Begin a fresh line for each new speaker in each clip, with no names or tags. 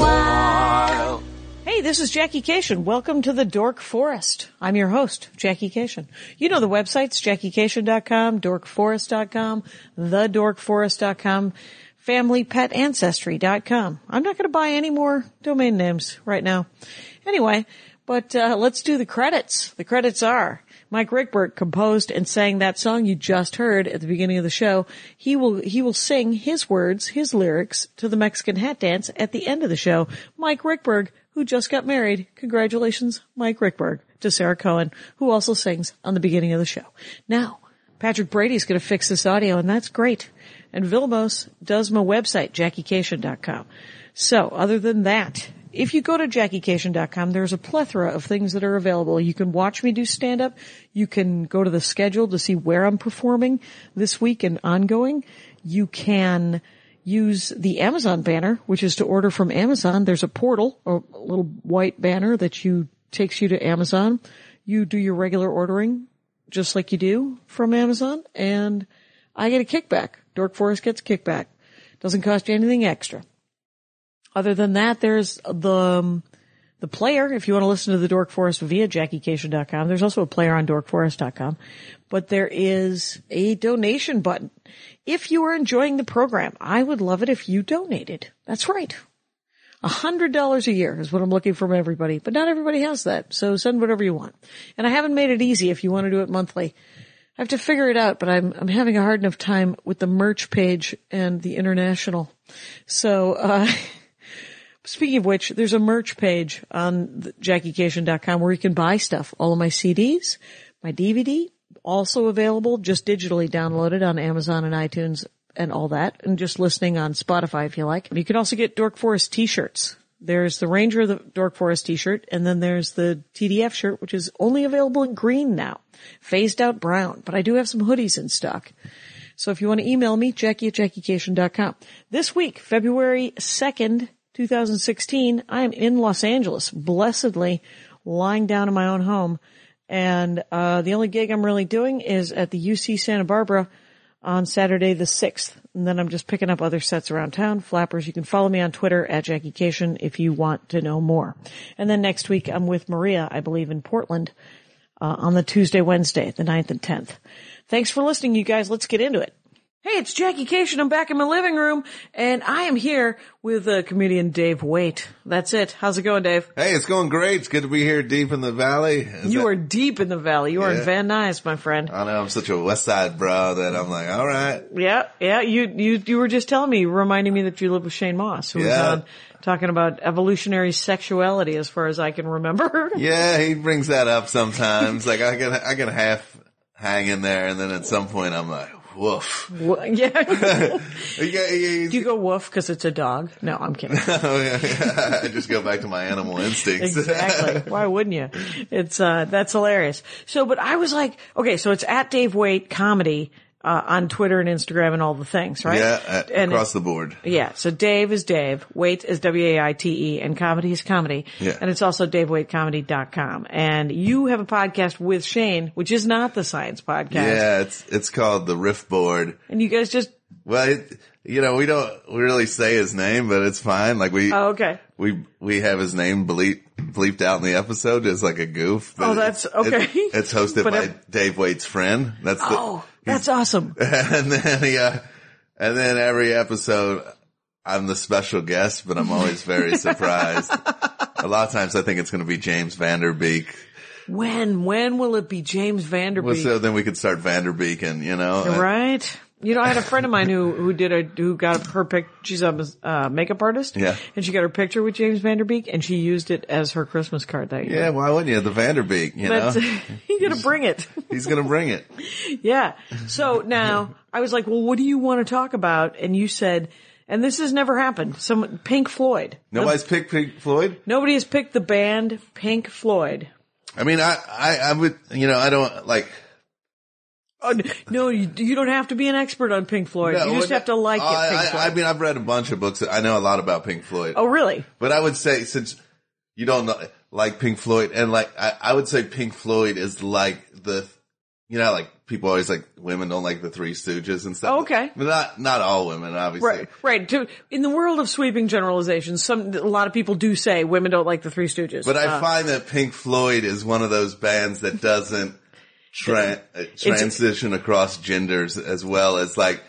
while.
Hey, this is Jackie Cation. Welcome to the Dork Forest. I'm your host, Jackie Cation. You know the websites, jackiecation.com, dorkforest.com, thedorkforest.com, familypetancestry.com. I'm not going to buy any more domain names right now. Anyway, but uh, let's do the credits. The credits are Mike Rickbert composed and sang that song you just heard at the beginning of the show. He will he will sing his words, his lyrics to the Mexican hat dance at the end of the show. Mike Rickberg, who just got married, congratulations, Mike Rickberg, to Sarah Cohen, who also sings on the beginning of the show. Now, Patrick Brady's going to fix this audio, and that's great. And Vilmos does my website, JackieCation.com. So, other than that, if you go to JackieCation.com, there's a plethora of things that are available. You can watch me do stand up. You can go to the schedule to see where I'm performing this week and ongoing. You can use the Amazon banner, which is to order from Amazon. There's a portal, a little white banner that you takes you to Amazon. You do your regular ordering just like you do from Amazon, and I get a kickback. Dork Forest gets a kickback. Doesn't cost you anything extra. Other than that, there's the um, the player. If you want to listen to the Dork Forest via JackieCation.com, there's also a player on DorkForest.com. But there is a donation button. If you are enjoying the program, I would love it if you donated. That's right. A hundred dollars a year is what I'm looking from everybody, but not everybody has that. So send whatever you want. And I haven't made it easy if you want to do it monthly. I have to figure it out, but I'm, I'm having a hard enough time with the merch page and the international. So, uh, speaking of which, there's a merch page on the- JackieCation.com where you can buy stuff. All of my CDs, my DVD, also available just digitally downloaded on Amazon and iTunes and all that, and just listening on Spotify if you like. You can also get Dork Forest t-shirts. There's the Ranger of the Dork Forest t-shirt, and then there's the TDF shirt, which is only available in green now. Phased out brown, but I do have some hoodies in stock. So if you want to email me, Jackie at JackieCation.com. This week, February 2nd, 2016, I am in Los Angeles, blessedly lying down in my own home. And, uh, the only gig I'm really doing is at the UC Santa Barbara on Saturday the 6th. And then I'm just picking up other sets around town, flappers. You can follow me on Twitter at Jackie Cation if you want to know more. And then next week I'm with Maria, I believe in Portland, uh, on the Tuesday, Wednesday, the 9th and 10th. Thanks for listening, you guys. Let's get into it. Hey, it's Jackie Cation. I'm back in my living room and I am here with uh, comedian Dave Waite. That's it. How's it going, Dave?
Hey, it's going great. It's good to be here deep in the valley. Is
you
that-
are deep in the valley. You are in
Yeah.
Van Nuys, my friend.
I know I'm such a West Side bro that I'm like, all right.
Yeah, yeah. You you you were just telling me, reminding me that you live with Shane Moss, who
Yeah.
was on talking about evolutionary sexuality, as far as I can remember.
Yeah, he brings that up sometimes. like I can, I can half hang in there, and then at some point I'm like, woof.
Wha- yeah.
Yeah, yeah, yeah.
Do you go woof because it's a dog? No, I'm kidding.
Oh, yeah, yeah. I just go back to my animal instincts.
Exactly. Why wouldn't you? It's uh that's hilarious. So, but I was like, okay, so it's at Dave Waite comedy uh, on Twitter and Instagram and all the things, right?
yeah, uh,
and
across the board.
Yeah. So Dave is Dave. Wait is W-A-I-T-E E, and comedy is comedy.
Yeah.
And it's also DaveWaitComedy.com. And you have a podcast with Shane, which is not the science podcast.
Yeah, it's it's called the riff board.
And you guys just,
Well, it, you know, we don't really say his name, but it's fine. Like we,
oh, okay.
we we have his name bleep, bleeped out in the episode as like a goof. but
Oh, that's-
it's-
okay.
it- it's hosted
But
by
it-
Dave Waite's friend. That's the,
Oh, that's awesome.
and then he, uh, and then every episode, I'm the special guest, but I'm always very surprised. a lot of times, I think it's going to be James Vanderbeek.
When, when will it be James
Well,
Vanderbeek?
so then we could start Vanderbeeking, you know.
Right. You know, I had a friend of mine who, who did a, who got her pic, she's a uh, makeup artist.
Yeah.
And she got her picture with James Vanderbeek and she used it as her Christmas card that year.
Yeah, why wouldn't you? The Vanderbeek, you know,
That's, you gotta bring it.
he's going to bring it.
Yeah. So now I was like, well, what do you want to talk about? And you said, and this has never happened. Some Pink Floyd.
Nobody's picked Pink Floyd.
Nobody has picked the band Pink Floyd.
I mean, I, I, I would, you know, I don't like,
Oh, no, you, you don't have to be an expert on Pink Floyd.
No,
you just
when-
have to like
I,
it, Pink
I-
Floyd.
I mean, I've read a bunch of books. I know a lot about Pink Floyd.
oh, really?
But I would say since you don't know, like Pink Floyd, and like I, I would say Pink Floyd is like the, you know, like people always like women don't like the Three Stooges and
Oh,
stuff.
Okay.
but not not all women, obviously.
Right, right. To, in the world of sweeping generalizations, some a lot of people do say women don't like the Three Stooges. Uh,
But I find that Pink Floyd is one of those bands that doesn't tra- uh, transition across genders as well as like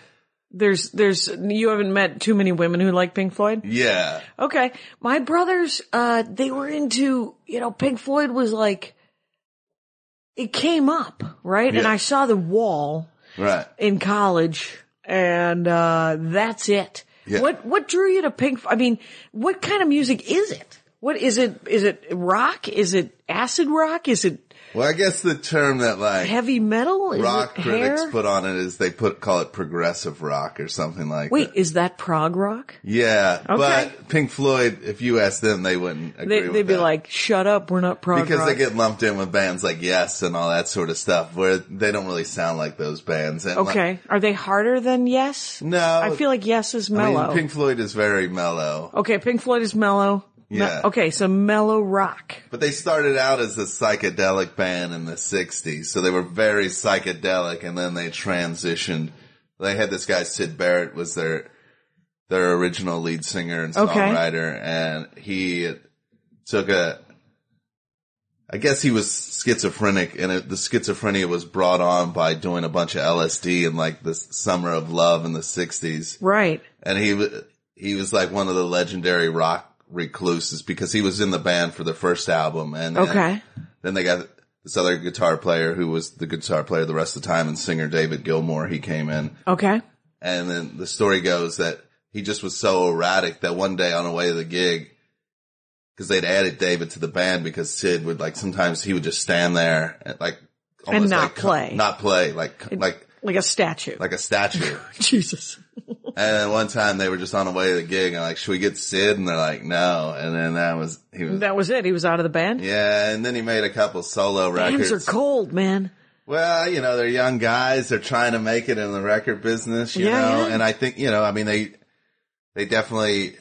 there's, there's, you haven't met too many women who like Pink Floyd.
yeah.
Okay. My brothers, uh, they were into, you know, Pink Floyd was like, it came up, right? And
Yeah.
I saw the wall
Right.
in college and, uh, that's it.
Yeah.
What, what drew you to Pink? I mean, what kind of music is it? What is it? Is it rock? Is it acid rock? Is it
Well, I guess the term that like
heavy metal? Is
rock
it
critics
hair?
put on it is they put call it progressive rock or something like
Wait,
that.
is that prog rock?
Yeah,
Okay.
but Pink Floyd, if you ask them, they wouldn't agree
They,
with
they'd be
that.
like, "Oh, shut up. We're not prog
because
rock.
they get lumped in with bands like Yes and all that sort of stuff, where they don't really sound like those bands. And like-
okay. Are they harder than yes?
no,
I feel like yes is
I mean,
mellow.
Pink Floyd is very mellow,
okay, Pink Floyd is mellow. Me-
Yeah.
okay, so mellow rock.
but they started out as a psychedelic band in the '60s, so they were very psychedelic, and then they transitioned. They had this guy Sid Barrett was their their original lead singer and
Okay.
songwriter, and he took a. I guess he was schizophrenic, and it, the schizophrenia was brought on by doing a bunch of LSD in like the summer of love in the '60s
Right.
and he wa- he was like one of the legendary rock recluses because he was in the band for the first album and and
Okay.
then they got this other guitar player who was the guitar player the rest of the time and singer David Gilmour he came in
Okay.
and then the story goes that he just was so erratic that one day on the way to the gig because they'd added David to the band because Sid would like sometimes he would just stand there and like almost
not
like, co-
play.
not play like like
Like a statue.
like a statue
Jesus.
and then one time they were just on the way to the gig and like, should we get Sid? And they're like, no. And then that was, he was,
That was it. He was out of the band.
yeah. And then he made a couple solo
Hands are
records.
cold, man.
Well, you know, they're young guys. They're trying to make it in the record business, you
Yeah,
know,
yeah.
and I think, you know, I mean, they, they definitely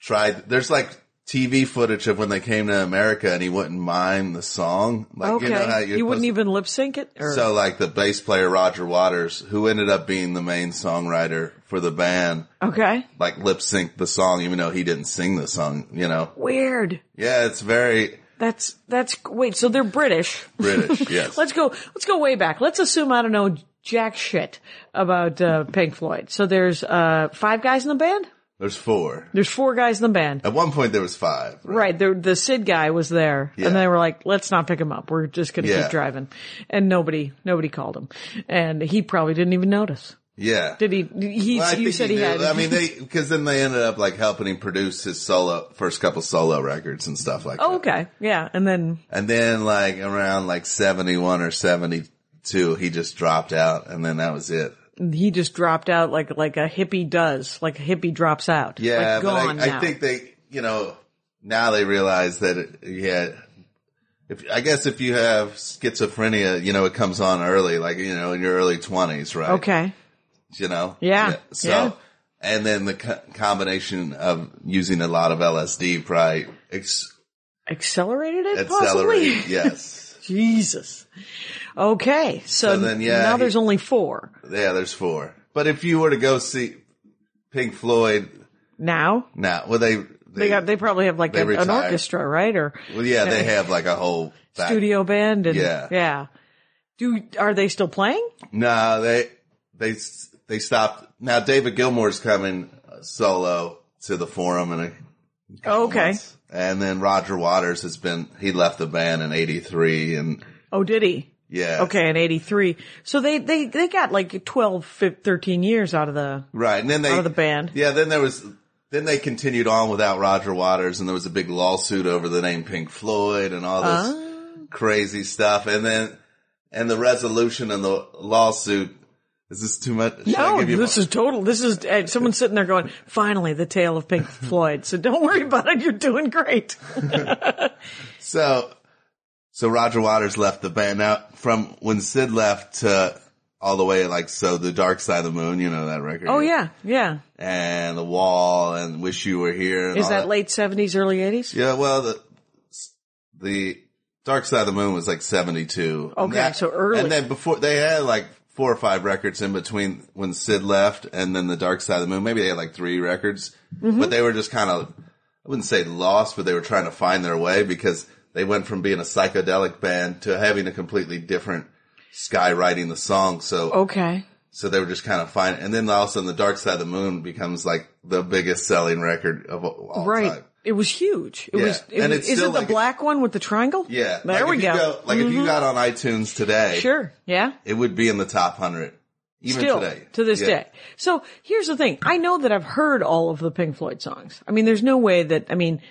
tried. There's like TV footage of when they came to America and he wouldn't mime the song. Like,
Okay.
you know how you're
wouldn't
supposed-
even lip sync it? Or,
so like the bass player Roger Waters, who ended up being the main songwriter for the band,
okay.
like lip sync the song, even though he didn't sing the song, you know?
Weird.
Yeah, it's very
That's, that's, wait, so they're British.
British. Yes.
Let's go, let's go way back. Let's assume I don't know jack shit about, uh, Pink Floyd. So there's, uh, five guys in the band?
There's four.
There's four guys in the band.
At one point there was five.
Right. The, the Sid guy was there
Yeah.
and they were like, let's not pick him up. We're just going to
Yeah.
keep driving. And nobody, nobody called him. And he probably didn't even notice.
Yeah.
Did he? He,
Well, I
you
think
said
he
he,
knew-
had.
I mean, they because then they ended up like helping him produce his solo first couple solo records and stuff like
oh,
that.
okay. Yeah. And then,
And then like around like seventy one or seventy two, he just dropped out, and then that was it.
he just dropped out like, like a hippie does, like a hippie drops out.
Yeah,
Like,
but
gone
I,
now.
I think they, you know, now they realize that it, yeah. If, I guess if you have schizophrenia, you know, it comes on early, like, you know, in your early twenties, right?
Okay.
You know?
Yeah.
So,
Yeah.
and then the co- combination of using a lot of LSD probably ex-
Accelerated it? Possibly?
accelerated. yes.
Jesus. Okay. So,
So then, yeah,
now
he-
there's only four.
Yeah, there's four. But if you were to go see Pink Floyd
Now
now, well, they, they,
they got, they probably have like
They
a, an
retired.
orchestra, right? Or
well, yeah, they have like a whole back-
studio band and yeah.
Yeah.
Do are they still playing?
No, they they they stopped. Now David Gilmour's coming uh, solo to the Forum in a couple
Okay.
months. and then Roger Waters has been he left the band in '83 and
Oh, did he?
yeah
Okay, in 83. So they, they, they got like 12, 15, 13 years out of the,
right and then they
Out of the band.
yeah then there was then they continued on without Roger Waters and there was a big lawsuit over the name Pink Floyd and all this
Oh.
crazy stuff and then and the resolution and the lawsuit is this too much Should I
no,
give you
this
my-
is total. This is uh, someone sitting there going, finally the tale of Pink Floyd. So don't worry about it. You're doing great.
So, so Roger Waters left the band. Now, from when Sid left to all the way like so the dark side of the moon, you know that record.
Oh yeah, yeah.
And the wall and wish you were here. and
Is
all
that late seventies, early eighties?
Yeah, well the the dark side of the moon was like 72. And
Okay, so early.
And then before they had like four or five records in between when Sid left and then the dark side of the moon. Maybe they had like three records,
Mm-hmm.
but they were just kind of I wouldn't say lost, but they were trying to find their way because they went from being a psychedelic band to having a completely different skywriting the song. So
Oh. Okay.
so they were just kind of fine. And then all of a sudden, the Dark Side of the Moon becomes like the biggest selling record of all all
Right.
time.
It was huge. It
Yeah.
was. It
And
was
it's
is
still
it the
like-
black one with the triangle?
Yeah.
There
Like,
we
if
go. Mm-hmm.
you like if you got on iTunes today,
Sure. Yeah.
it would be in the top hundred. Even
Still
today.
to this
Yeah.
day. So here's the thing. I know that I've heard all of the Pink Floyd songs. I mean, there's no way that, I mean,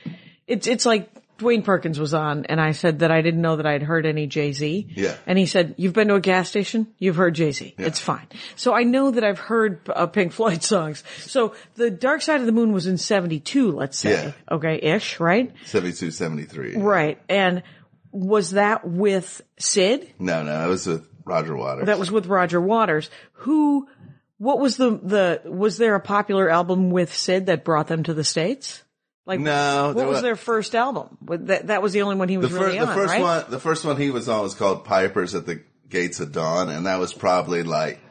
it's, it's like Dwayne Perkins was on and I said that I didn't know that I'd heard any Jay-Z.
Yeah.
And he said, you've been to a gas station? You've heard Jay-Z. It's fine. So I know that I've heard uh, Pink Floyd songs. So the Dark Side of the Moon was in 72, let's say.
Yeah.
Okay. Ish, right?
72, 73.
Right. And was that with Sid?
No, no, it was with Roger Waters.
That was with Roger Waters. Who, what was the, the, was there a popular album with Sid that brought them to the States? Like,
No,
what
there
was
wa-
their first album? Would- That, that was the only one he
the
was
first,
really
the
on,
first
right?
one. The first one he was on was called Pipers at the Gates of Dawn, and that was probably like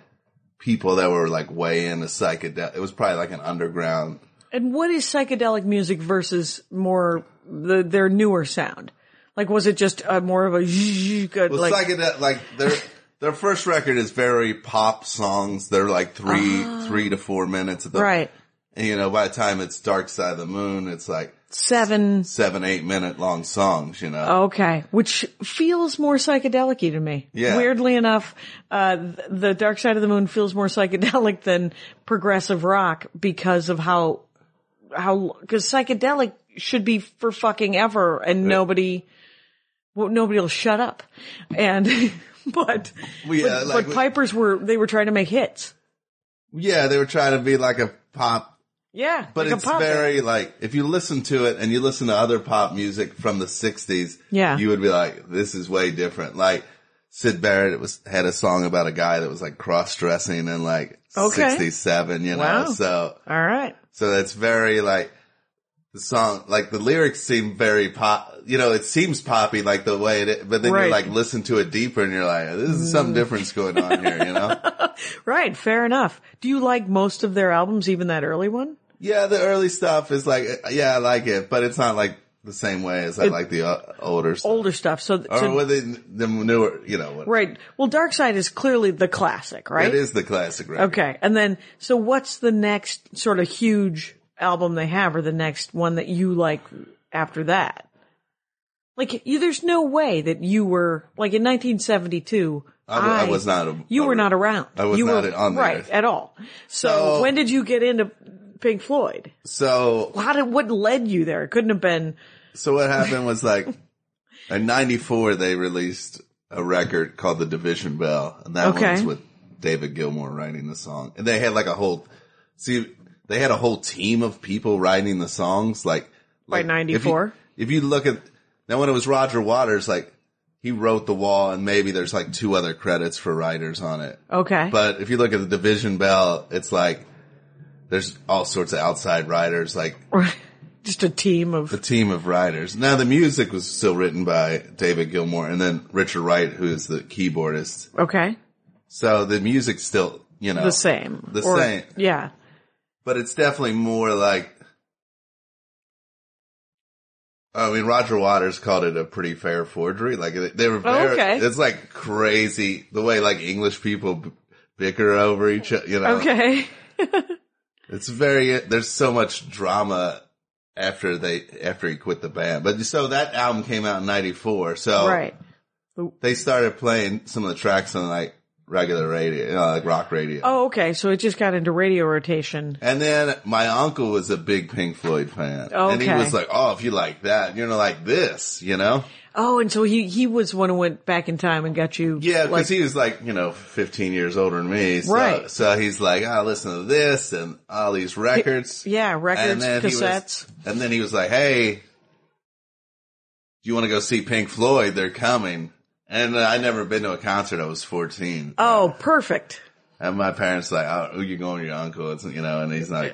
people that were like way into psychedelic. It was probably like an underground
And what is psychedelic music versus more the, their newer sound? Like, was it just uh more of a, zzzz, good,
Well,
like,
psychedelic, like their their first record is very pop songs. They're like three three to four minutes. At the,
Ah. right,
And, you know, by the time it's Dark Side of the Moon, it's like
seven,
seven eight minute long songs. You
Oh.
know.
Okay, which feels more psychedelic to me.
Yeah.
Weirdly enough, uh, th- the Dark Side of the Moon feels more psychedelic than progressive rock because of how how because psychedelic should be for fucking ever, and nobody well, nobody will shut up. And but
Well, yeah,
but,
like
but
we-
Pipers were they were trying to make hits.
Yeah, they were trying to be like a pop,
Yeah,
but
like a
it's
pop band.
very like if you listen to it and you listen to other pop music from the '60s,
Yeah.
you would be like, this is way different. Like. Sid Barrett was had a song about a guy that was like cross dressing in like
Okay.
sixty seven, you know.
Wow.
So
all right.
So that's very like the song, like the lyrics seem very pop. You know, it seems poppy, like the way it. Is, but then
Right. Mm.
you like listen to it deeper, and you're like, this is something different's going on here. You know?
Right, fair enough. Do you like most of their albums, even that early one?
yeah, the early stuff is like, yeah, I like it, but it's not like the same way as I like the uh, older stuff.
Older stuff. So,
or
so
with the, the newer, you know, what,
Right. Well, Dark Side is clearly the classic, right?
it is the classic record.
Okay. And then, so what's the next sort of huge album they have or the next one that you like after that? Like, you, there's no way that you were, like in 1972,
I wa- I was not a-
you
I
were
was-
not around.
I was
you
not
were,
on the
Right.
earth.
At all. So,
So-
when did you get into Pink Floyd?
So
How did, what led you there? It couldn't have been,
So what happened was like in '94 they released a record called "The Division Bell," and that
Okay.
one's with David Gilmour writing the song. And they had like a whole see they had a whole team of people writing the songs. Like
By
like, if you-
94?
If you look at now when it was Roger Waters, like he wrote The Wall, and maybe there's like two other credits for writers on it.
okay.
But if you look at the Division Bell, it's like there's all sorts of outside writers like
just a team
the
of,
team of writers. Now the music was still written by David Gilmour and then Richard Wright, who is the keyboardist.
okay.
So the music's still, you know,
The same.
the
Or-
same,
Yeah.
but it's definitely more like. I mean, Roger Waters called it a pretty fair forgery. Like they- they were, very,
Oh, okay.
it's like crazy the way like English people b- bicker over each other. You know,
Okay.
It's very there's so much drama after they after he quit the band. But so that album came out in 94. So
Right.
they started playing some of the tracks on like regular radio, you know, like rock radio.
Oh, okay. So it just got into radio rotation.
And then my uncle was a big Pink Floyd fan. And he
Okay.
was like, "Oh, if you like that, you're going to like this, you know?"
Oh, and so he he was one who went back in time and got you.
Yeah, because
like,
he was like, you know, 15 years older than me. So,
Right.
so he's like, I listen to this and all these records.
yeah, records, cassettes.
He was, and then he was like, hey, do you want to go see Pink Floyd? They're coming. And uh, I'd never been to a concert. I was 14.
Oh, perfect.
And my parents like, oh, who you going to your uncle? It's, you know, and he's not,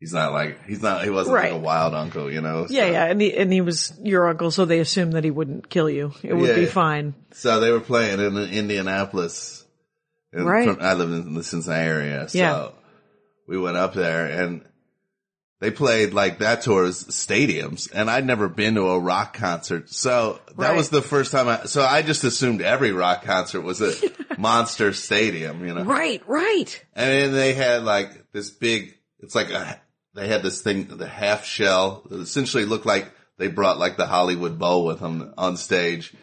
he's not like, he's not, he wasn't like
Right.
a wild uncle, you know?
Yeah,
So-
yeah. And he, and he was your uncle, so they assumed that he wouldn't kill you. It would
Yeah,
be
yeah.
fine.
So they were playing in Indianapolis. And
Right.
from- I live in the Cincinnati area. So
Yeah.
we went up there and they played like that tour's stadiums. And I'd never been to a rock concert. So that
Right.
was the first time I, so I just assumed every rock concert was a monster stadium, you know?
Right, right.
And then they had like this big, it's like a, they had this thing, the half shell that essentially looked like they brought like the Hollywood Bowl with them on stage.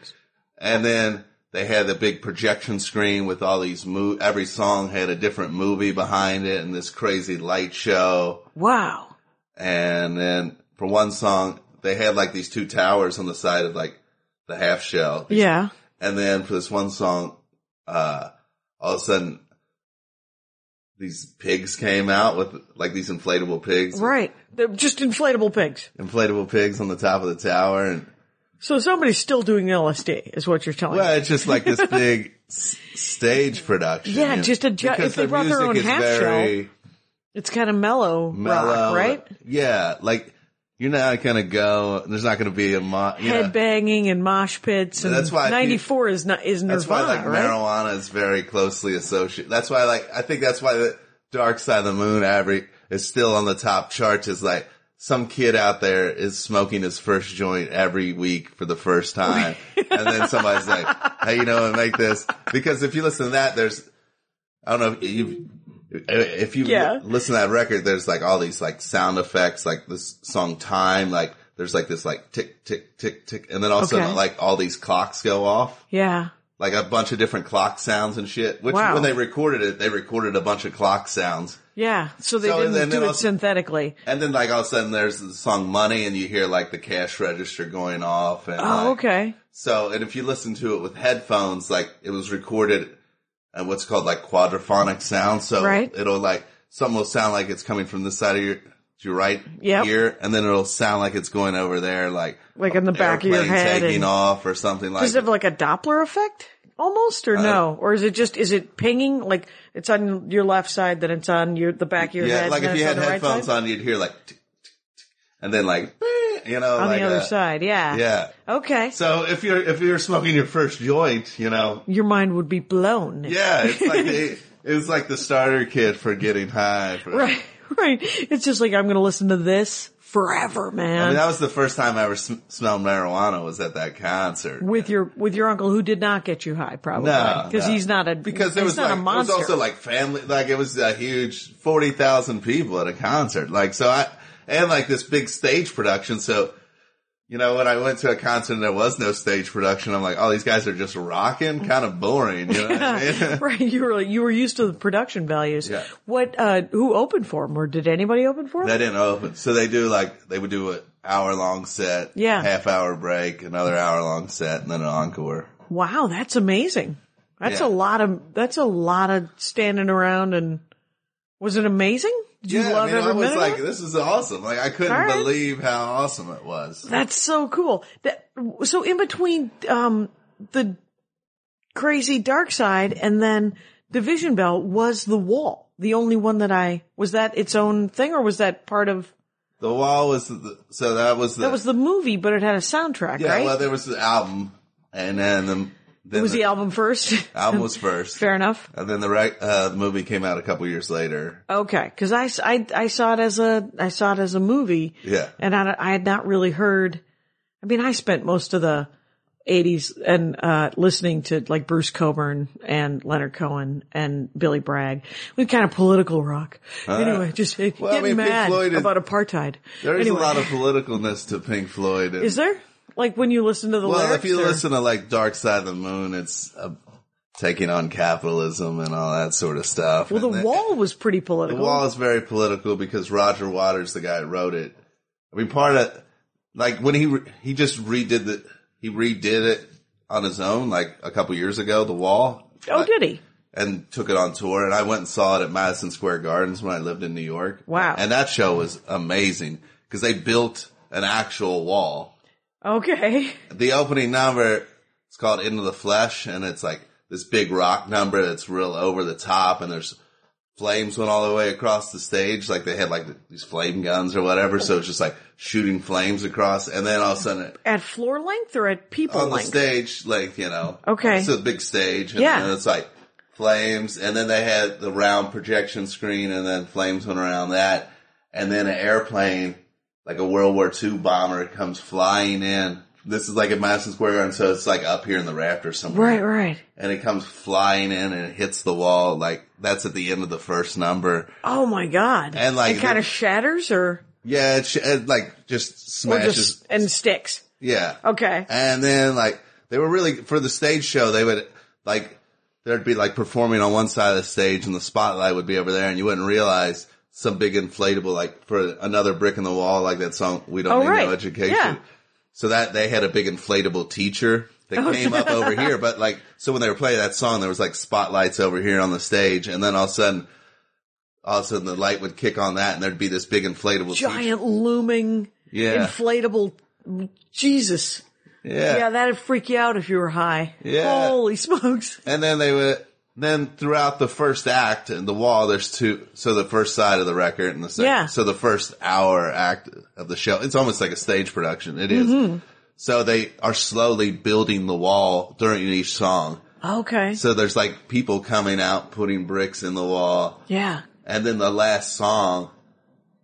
And then they had the big projection screen with all these mo- every song had a different movie behind it and this crazy light show.
Wow.
And then for one song, they had like these two towers on the side of like the half shell.
Yeah.
And then for this one song, uh, all of a sudden, these pigs came out with like these inflatable pigs,
Right. They're just inflatable pigs.
inflatable pigs on the top of the tower. And
So somebody's still doing LSD is what you're telling me.
well, it's just like this big s- stage production.
Yeah,
you know,
just a ju-
because
if they brought their
music
own
is
half
very
It's kind of mellow, rock,
mellow.
right?
Yeah. Like you're not going to go, there's not going to be a mo- you know,
Headbanging and mosh pits and
That's why I keep-
94 is not, is Nirvana,
That's why like
right?
marijuana is very closely associated. That's why like I think that's why the Dark Side of the Moon every is still on the top charts. Is like some kid out there is smoking his first joint every week for the first time, and then somebody's like, "Hey, you know, make this." Because if you listen to that, there's I don't know if you if you
Yeah.
listen to that record, there's like all these like sound effects, like this song "Time," like there's like this like tick tick tick tick, and then also
Okay.
like all these clocks go off
Yeah.
like a bunch of different clock sounds and shit. Which
Wow.
when they recorded it, they recorded a bunch of clock sounds,
Yeah. So they
So
didn't
then-
do
then
it
also-
synthetically.
and then like all of a sudden there's the song "Money," and you hear like the cash register going off. And
Oh,
like-
okay.
So, and if you listen to it with headphones, like it was recorded at what's called like quadraphonic sound. So
Right.
it'll like some will sound like it's coming from this side of your your right
Yep.
ear, and then it'll sound like it's going over there, like
Like in the back of your
airplane
head.
taking
and-
off or something like Uh,
Does it have like a Doppler effect almost or no? Or is it just, is it pinging? Like it's on your left side, then it's on your, the back of your
Yeah,
head.
like
and
if
then
you
it's
had
on the right
headphones
side?
on, you'd hear like, tick, tick, tick, and then like, "Beep," you know,
on
like
the other
that.
side. Yeah.
Yeah.
Okay.
So if you're if you're smoking your first joint, you know,
your mind would be blown.
yeah, it's like the, it was like the starter kit for getting high. For,
Right. Right. It's just like, I'm going to listen to this forever, man.
I mean, that was the first time I ever sm- smelled marijuana was at that concert.
with your, with your uncle who did not get you high probably.
No,
Cause
no.
he's not a,
because there
he's
was
not
like
a
it was
monster.
also like family like it was a huge 40,000 people at a concert like so I and like this big stage production so you know when I went to a concert and there was no stage production I'm like oh these guys are just rocking kind of boring you know what I mean
Right, you were like, you were used to the production values.
Yeah.
What? uh Who opened for him, or did anybody open for him?
they didn't open so they do like they would do an hour long set
Yeah.
half hour break another hour long set and then an encore
Wow, that's amazing. That's
Yeah.
a lot of that's a lot of standing around and was it amazing? Did you love
I mean,
every
I was
minute?
like
of it?
this is awesome like I couldn't
All right.
believe how awesome it was
That's so cool. That so in between um the crazy dark side and then Division Bell was the wall. The only one that I was that its own thing or was that part of
the wall was the, so that was the
that was the movie but it had a soundtrack,
Yeah,
right?
well, there was the album, and then the then
it was the, album first.
album was first,
Fair enough.
and then the rec- uh, movie came out a couple years later.
Okay, because I, s- I- I saw it as a I saw it as a movie,
Yeah,
and I, I had not really heard. I mean, I spent most of the '80s and uh, listening to like Bruce Coburn and Leonard Cohen and Billy Bragg, we kind of political rock. anyway, just uh,
Well, I
getting
mean, Pink
mad
Floyd is-
about apartheid.
there is
Anyway,
a lot of politicalness to Pink Floyd. and-
Is there like when you listen to the
well,
lyrics?
if you
or-
listen to like Dark Side of the Moon, it's uh, taking on capitalism and all that sort of stuff.
well,
And
the
then-
wall was pretty political.
The wall is very political because Roger Waters, the guy who wrote it, I mean, part of like when he re- he just redid the he redid it on his own like a couple years ago. The wall.
oh,
Like,
did he?
and took it on tour. And I went and saw it at Madison Square Gardens when I lived in New York.
Wow.
And that show was amazing because they built an actual wall.
Okay,
The opening number is It's called Into the Flesh, and it's like this big rock number that's real over the top, and there's flames went all the way across the stage. Like they had like these flame guns or whatever, so it's just like shooting flames across, and then all of a sudden it,
At floor length or at people
on the
length?
stage, like you know,
Okay.
it's a big stage, and
Yeah.
then it's like flames, and then they had the round projection screen, and then flames went around that, and then an airplane, like a World War II bomber, comes flying in. This is like at Madison Square Garden, so it's like up here in the rafters somewhere
Right, right.
and it comes flying in and it hits the wall. Like that's at the end of the first number.
Oh my god!
And, like,
it kind
the-
of shatters or
Yeah, it, sh- it like just
or
smashes.
just and sticks.
yeah.
Okay.
And then like they were really for the stage show. They would like there'd be like performing on one side of the stage and the spotlight would be over there, and you wouldn't realize some big inflatable like for another brick in the wall like that song. We don't
Oh,
need
right.
no education.
Yeah.
So that they had a big inflatable teacher that
Oh,
came up over here. But like, so when they were playing that song, there was like spotlights over here on the stage, and then all of a sudden, all of a sudden the light would kick on that, and there'd be this big inflatable teacher.
Giant looming
Yeah.
inflatable. Jesus. Yeah. that'd freak you out if you were high.
Yeah.
Holy smokes.
And then they would, then throughout the first act and the wall, there's two, so the first side of the record and the second,
Yeah.
so the first hour act of the show, it's almost like a stage production. It is.
Mm-hmm.
So they are slowly building the wall during each song.
Okay.
So there's like people coming out, putting bricks in the wall.
yeah.
And then the last song,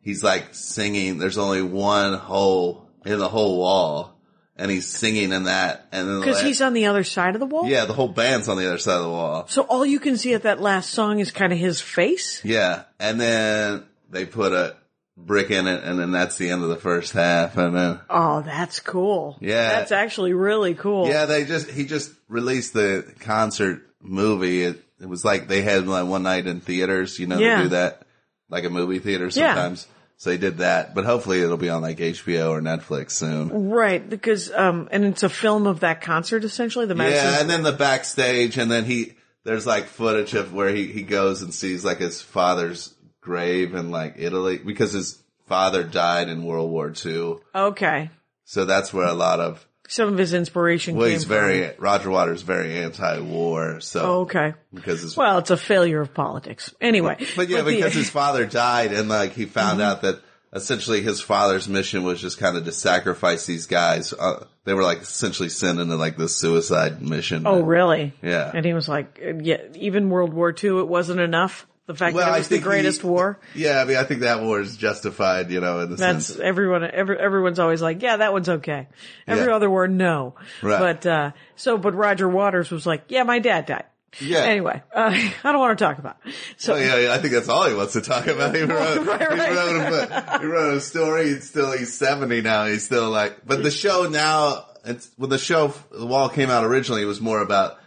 he's like singing, there's only one hole in the whole wall. And he's singing in that. And then the
Because
la-
he's on the other side of the wall.
yeah, the whole band's on the other side of the wall.
So all you can see at that last song is kind of his face.
Yeah, and then they put a brick in it, and then that's the end of the first half. And then
Oh, that's cool.
Yeah.
That's actually really cool.
yeah, they just he just released the concert movie. It, it was like they had like one night in theaters, you know,
Yeah.
they do that like a movie theater
Yeah.
sometimes. So they did that, but hopefully it'll be on like HBO or Netflix soon.
Right. Because, um, and it's a film of that concert essentially, the Madison.
Yeah, and then the backstage, and then he there's like footage of where he he goes and sees like his father's grave in like Italy because his father died in World War Two.
Okay.
So that's where a lot of
Some of his inspiration
well,
came
he's very Roger Waters very anti-war. So
from. Okay.
because his
Well, it's a failure of politics. Anyway.
but yeah,
the- Mm-hmm.
because his father died, and like he found out that essentially his father's mission was just kind of to sacrifice these guys. Uh, they were like essentially sent into like this suicide mission.
Oh, really?
Yeah.
And he was like, uh, yeah, even World War II, it wasn't enough. The fact
Well,
that
I
it was the
think he-
greatest war.
Yeah, I mean, I think that war is justified, you know, in the
That's
sense.
everyone. Every, everyone's always like, "Yeah, that one's okay." Every
Yeah.
other war, no.
Right.
But uh, so, but Roger Waters was like, "Yeah, my dad died."
Yeah.
Anyway, uh, I don't want to talk about. It. So
Oh, yeah, yeah, I think that's all he wants to talk about. He wrote,
Right,
he,
right.
wrote a, he wrote a story. He's still he's seventy now. He's still like, but the show now. It's when the show The Wall came out originally. It was more about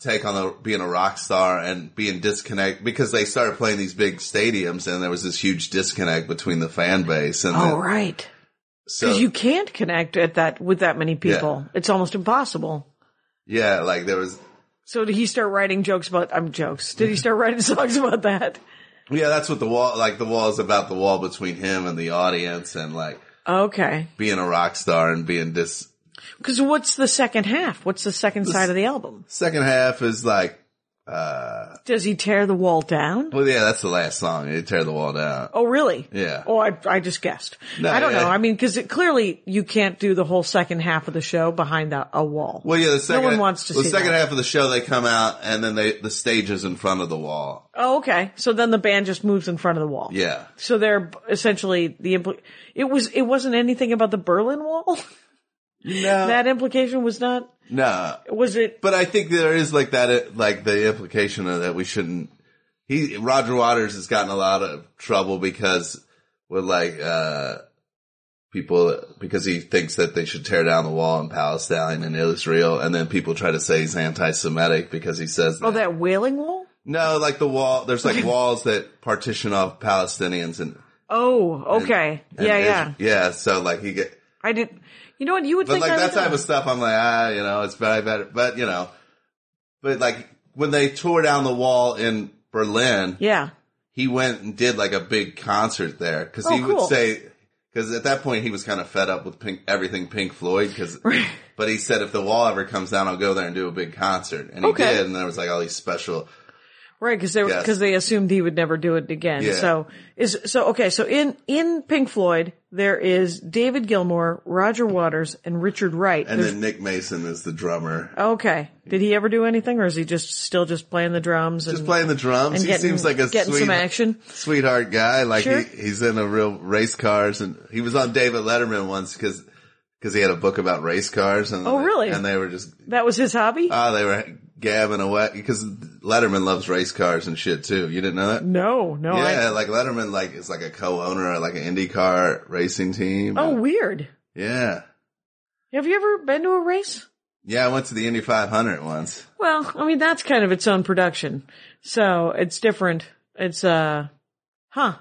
take on the being a rock star and being disconnect because they started playing these big stadiums and there was this huge disconnect between the fan base and
all
the-
Oh, right,
so
because you can't connect at that with that many people. It's almost impossible.
yeah, like there was
So did he start writing jokes about? I'm jokes. Did he start writing songs about that?
yeah, that's what the wall like the wall is about the wall between him and the audience and like
Okay,
being a rock star and being dis
because what's the second half? What's the second side of the album?
Second half is like, uh,
Does he tear the wall down?
well, yeah, that's the last song. You tear the wall down.
Oh, really?
Yeah.
Oh, I, I just guessed.
No,
I don't
yeah.
know. I mean, because clearly you can't do the whole second half of the show behind a, a wall.
Well, yeah, the second,
one wants to
the
see
second
that.
half of the show, they come out and then they, the stage is in front of the wall.
Oh, okay. So then the band just moves in front of the wall.
Yeah.
So they're b- essentially the impl- it was it wasn't anything about the Berlin Wall.
No.
that implication was not
no.
was it
But I think there is like that, uh, like the implication of that we shouldn't, he, Roger Waters has gotten a lot of trouble because with like, uh, people, because he thinks that they should tear down the wall in Palestine and Israel. And then people try to say he's anti-Semitic because he says
oh that wailing wall?
No, like the wall. There's like walls that partition off Palestinians and,
Oh, okay.
and
yeah,
Is-
yeah.
yeah. So like he get,
I did You know what you would
but
think
like
I
that
would
type
know.
of stuff. I'm like ah, you know, it's very better, but you know, but like when they tore down the wall in Berlin,
Yeah.
he went and did like a big concert there because
Oh,
he would
cool.
say Because at that point he was kind of fed up with Pink, everything Pink Floyd. Cause, but he said if the wall ever comes down, I'll go there and do a big concert. And he
Okay.
did. And there was like all these special.
Right, because they
Yes.
because they assumed he would never do it again.
Yeah.
So is so okay. So in in Pink Floyd, there is David Gilmour, Roger Waters, and Richard Wright.
And
There's-
then Nick Mason is the drummer.
okay, did he ever do anything, or is he just still just playing the drums and
Just playing the drums.
and
he
getting-
seems like a
getting
sweet,
some action?
sweetheart guy. Like
Sure.
he, he's in a real race cars and he was on David Letterman once because, he had a book about race cars and
Oh, really?
and they were just
That was his hobby.
Oh, they were gabbing away because Letterman loves race cars and shit too. You didn't know that?
no, no.
yeah,
I,
like Letterman, like is like a co-owner of like an IndyCar racing team.
oh, weird.
yeah,
Have you ever been to a race?
yeah. I went to the Indy 500 once.
Well, I mean that's kind of its own production, so it's different. It's uh, huh?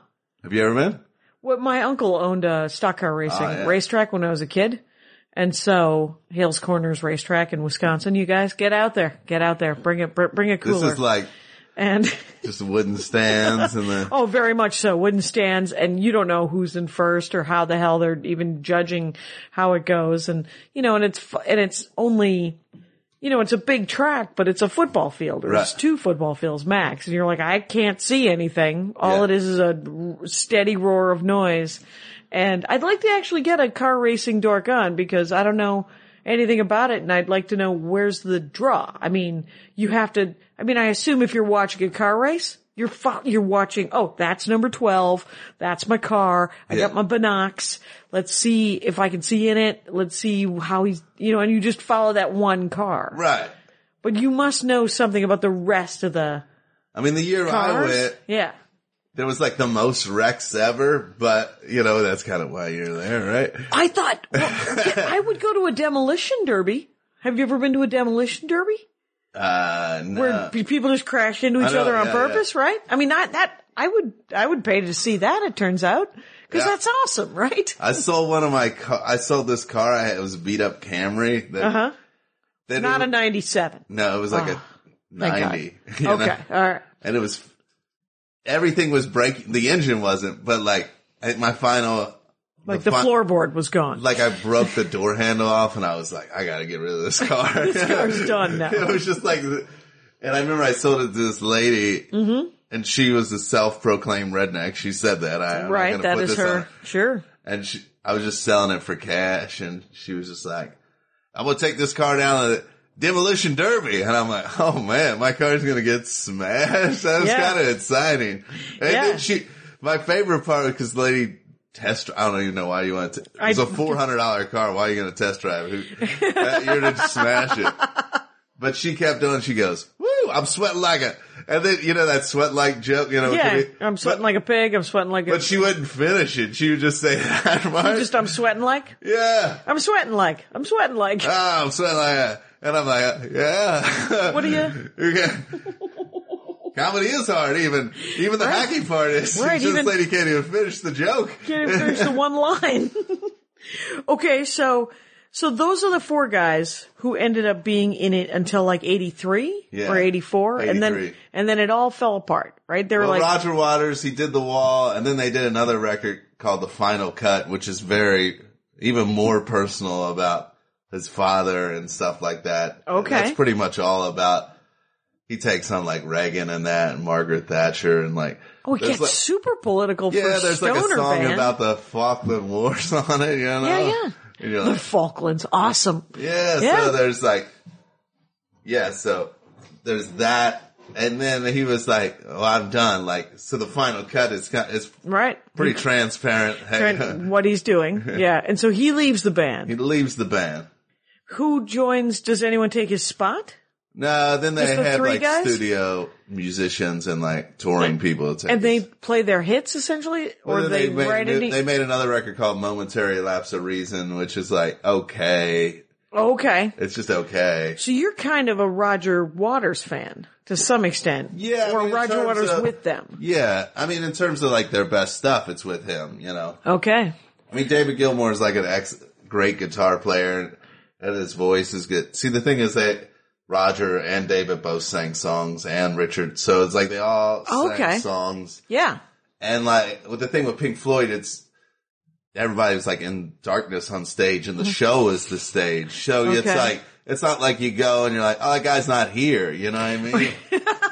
Have you ever been?
Well, my uncle owned a stock car racing
Ah, yeah.
racetrack when I was a kid. And so Hales Corners Racetrack in Wisconsin, you guys get out there, get out there, bring it, br- bring a cooler.
This is like
and
just wooden stands and the
oh, very much so. Wooden stands and you don't know who's in first or how the hell they're even judging how it goes. And you know, and it's, fu- and it's only, you know, it's a big track, but it's a football field or it's
Right.
two football fields max. And you're like, I can't see anything. All
Yeah.
it is is a r- steady roar of noise. And I'd like to actually get a car racing dork on because I don't know anything about it. And I'd like to know where's the draw. I mean, you have to, I mean, I assume if you're watching a car race, you're, fo- you're watching, oh, that's number 12. That's my car. I
Yeah.
got my binocs. Let's see if I can see in it. Let's see how he's, you know, and you just follow that one car.
right.
But you must know something about the rest of the
I mean, the year I
cars.
went,
yeah.
there was like the most wrecks ever, but you know that's kind of why you're there, right?
I thought well, yeah, I would go to a demolition derby. Have you ever been to a demolition derby
Uh, no.
where pe- people just crash into each
know,
other on
yeah,
purpose? Right? I mean, not that I would I would pay to see that. It turns out because
Yeah.
that's awesome, right?
I sold one of my. Car- I sold this car. I had, it was a beat up Camry. That,
Uh huh.
that
Not
it
a
was-
ninety-seven.
No, it was like
Oh,
a
thank God.
ninety. you know?
Okay, all right.
and it was everything was breaking. The engine wasn't, but like at my final,
Like the
fi-
floorboard was gone.
Like I broke the door handle off, and I was like, I gotta get rid of this car. this
car's done now.
it was just like, and I remember I sold it to this lady,
Mm-hmm.
and she was a self-proclaimed redneck. She said that. I, am
right?
That
That
put
is
this
her.
on
Sure.
and she, I was just selling it for cash, and she was just like, "I'm gonna take this car down to the demolition derby," and I'm like, "Oh man, my car's gonna get smashed." That was
Yeah.
kind of exciting. And
Yeah.
then she, my favorite part because the lady test, I don't even know why you want to. It was
I-
a four hundred dollar car. Why are you gonna test drive it? Who- You're gonna smash it. But she kept on. She goes, "Woo! I'm sweating like a." And then you know that sweat like joke. You know,
Yeah,
could be-
I'm sweating
but-
like a pig. I'm sweating like a.
But she wouldn't finish it. She would just say that. Mark.
just I'm sweating like
Yeah.
I'm sweating like I'm sweating like.
Oh, I'm sweating like that. And I'm like, yeah.
What are you-
Okay. Comedy is hard, even even the
Right.
hacky part is.
Right,
this
even-
lady can't even finish the joke.
can't even finish the one line. okay, so so those are the four guys who ended up being in it until like eighty three
Yeah.
or eighty four, and then
83.
and then it all fell apart. Right? They were
Well,
like,
Roger Waters, he did the wall, and then they did another record called The Final Cut, which is very even more personal about his father and stuff like that.
Okay.
that's pretty much all about. He takes on like Reagan and that, and Margaret Thatcher, and like
oh, it
there's,
gets
like-
super political
Yeah,
for
there's
stoner
like a song
band.
about the Falkland Wars on it, you know?
Yeah, yeah.
And you're
the
like,
Falklands, awesome.
yeah,
Yeah.
so there's like, yeah, so there's that. And then he was like, oh, I'm done. Like, so the final cut is kind it's
Right?
pretty transparent. Hey,
Trent, what he's doing, yeah. And so he leaves the
he
band.
leaves the band.
Who joins? Does anyone take his spot?
No, then they
Just the
had
three
like
guys?
studio musicians and like touring people. To take
And
his-
they play their hits essentially, or
Well,
they,
made,
write
a new-
any?
they made another record called Momentary Lapse of Reason, which is like, okay.
okay,
It's just okay.
So you're kind of a Roger Waters fan to some extent.
Yeah, I
Or
mean, in
Roger
terms
Waters
of-
with them.
Yeah, I mean, in terms of like their best stuff, it's with him. You know,
Okay.
I mean, David Gilmour is like an ex great guitar player, and his voice is good. See, the thing is that Roger and David both sang songs, and Richard, so it's like they all sang
Okay.
songs.
Yeah.
And like with the thing with Pink Floyd, it's everybody was like in darkness on stage and the show is the stage. So it's
Mm-hmm. Okay.
like, it's not like you go and you're like, oh, that guy's not here. You know what I mean?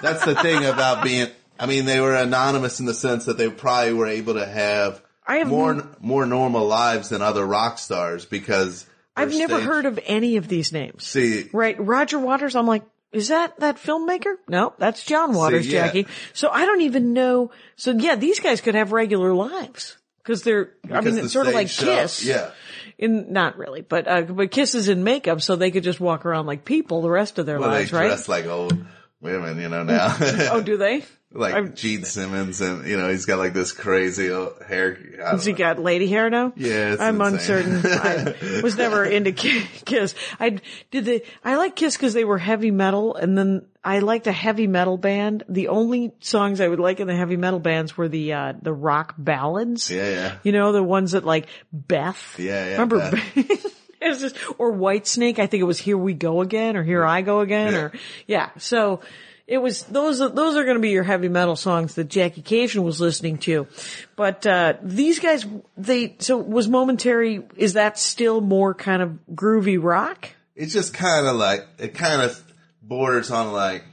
That's the thing about being, I mean, they were anonymous in the sense that they probably were able to have
I have
more, more normal lives than other rock stars because their
I've never
stage-
heard of any of these names.
See,
Right. Roger Waters, I'm like, is that that filmmaker? No, that's John Waters,
yeah.
Jackie. So I don't even know. So yeah, these guys could have regular lives because they're, I mean,
because
it's
the
sort of like
stage show-
Kiss.
Yeah.
In, not really, but, uh, but Kiss is in makeup, so they could just walk around like people the rest of their
Well, they
lives, right?
dress like old women, you know, now.
Oh, do they?
like
I'm-
Gene Simmons and, you know, he's got like this crazy old hair. I don't
Has he
know.
got lady hair now?
Yeah, it's
I'm
insane.
uncertain. I was never into Ki- Kiss. I did the, I like Kiss because they were heavy metal and then I liked a heavy metal band. The only songs I would like in the heavy metal bands were the, uh, the rock ballads.
Yeah, yeah.
You know, the ones that like Beth.
Yeah, yeah,
Remember
Beth.
It was just, or White Snake. I think it was Here We Go Again or Here I Go Again or yeah. So it was those. are- Those are going to be your heavy metal songs that Jackie Cation was listening to. But uh, these guys, they so was momentary. Is that still more kind of groovy rock?
it's just kind of like it kind of borders on like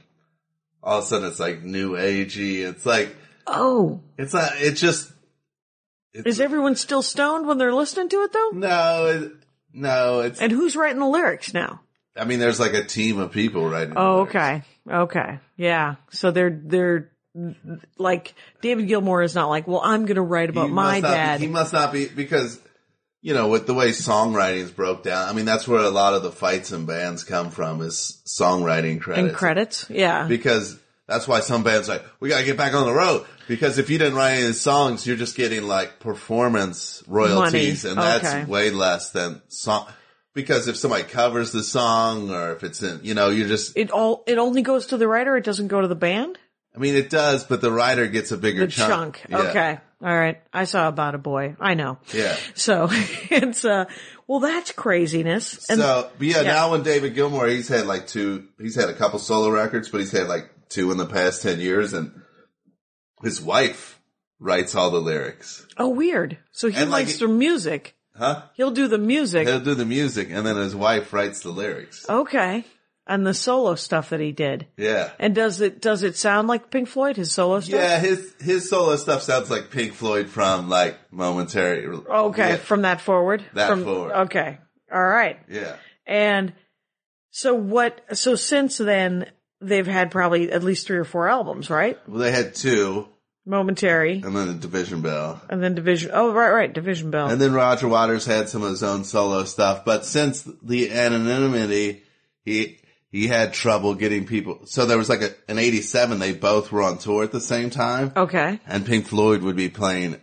all of a sudden it's like new agey. It's like
Oh,
it's not. It's just
is everyone still stoned when they're listening to it
Mm.
though?
no, it, no. It's
And who's writing the lyrics now?
I mean, there's like a team of people right now.
Oh, okay. Okay. Yeah. So they're, they're, like, David Gilmour is not like, well, I'm going to write about my
must not be-
dad.
he must not be because you know with the way songwriting's broke down. I mean, that's where a lot of the fights and bands come from is songwriting credits.
and credits. Yeah.
because that's why some bands are like we gotta get back on the road because if you didn't write any of the songs, you're just getting like performance royalties,
Money.
and that's
Okay.
way less than song. Because if somebody covers the song or if it's in, you know, you're just.
it all, it only goes to the writer. It doesn't go to the band.
I mean, it does, but the writer gets a bigger
The chunk.
Yeah.
Okay. All right. I saw about a boy. I know.
Yeah.
So it's, uh, well, that's craziness. And
so, but yeah,
yeah.
now when David Gilmour, he's had like two, he's had a couple solo records, but he's had like two in the past 10 years and his wife writes all the lyrics.
oh, weird. So he
And, like,
likes the music.
Huh?
He'll do the music.
He'll do the music and then his wife writes the lyrics.
Oh. Okay. And the solo stuff that he did.
Yeah.
And does it, does it sound like Pink Floyd, his solo stuff?
Yeah, his his solo stuff sounds like Pink Floyd from like momentary.
Okay,
Yeah.
from that forward.
That
From-
forward.
Okay, all right.
yeah.
And so what? So since then, they've had probably at least three or four albums, right?
Well, they had two,
Momentary,
and then the Division Bell,
and then Division. Oh, right, right, Division Bell.
and then Roger Waters had some of his own solo stuff. But since the anonymity, he he had trouble getting people. So there was like a, an '87. They both were on tour at the same time,
okay,
and Pink Floyd would be playing.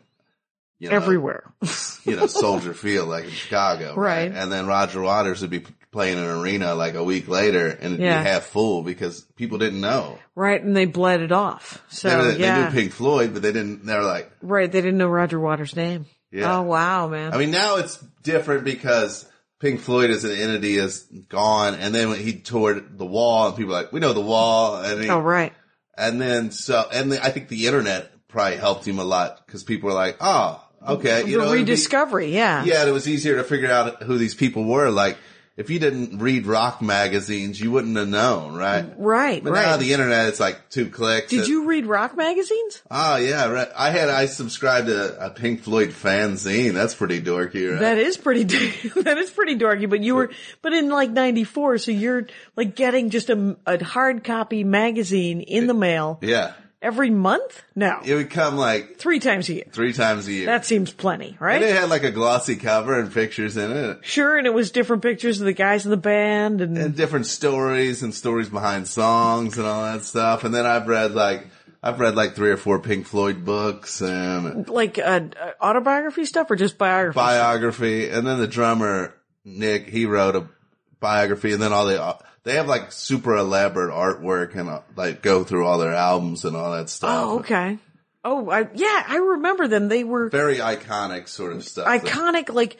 You know,
everywhere.
you know, Soldier Field, like in Chicago.
Right.
And then Roger Waters would be p- playing in an arena like a week later and it'd
Yeah.
be half full because people didn't know.
right, and they bled it off. So
they, were- they
Oh, yeah,
knew Pink Floyd, but they didn't, they were like,
right. They didn't know Roger Waters' name.
Yeah.
Oh wow, man.
I mean, now it's different because Pink Floyd as an entity is gone. And then when he toured The Wall and people were like, we know The Wall. And, he,
oh right.
and then so, and the, I think the internet probably helped him a lot because people were like, oh, okay.
the
You know, it'd be-
rediscovery. yeah.
Yeah, and it was easier to figure out who these people were. Like, if you didn't read rock magazines, you wouldn't have known, right?
Right.
But
right.
now the internet, it's like two clicks.
Did
and-
you read rock magazines?
Oh yeah, right. I had I subscribed to a Pink Floyd fanzine. That's pretty dorky, right?
That is pretty. that is pretty dorky. But you were, but in like '94, so you're like getting just a, a hard copy magazine in the mail
yeah,
every month. No,
it would come like
three times a year.
three times a year.
That seems plenty,
and it
right?
had like a glossy cover and pictures in it,
Sure, and it was different pictures of the guys in the band, and,
and different stories and stories behind songs and all that stuff. And then I've read like I've read like three or four Pink Floyd books and
like uh, uh, autobiography stuff or just biography.
biography, and then the drummer Nick he wrote a biography, and then all the they have like super elaborate artwork and uh, like go through all their albums and all that stuff.
oh, okay. Oh, I, yeah, I remember them. They were
Very iconic sort of stuff.
iconic, like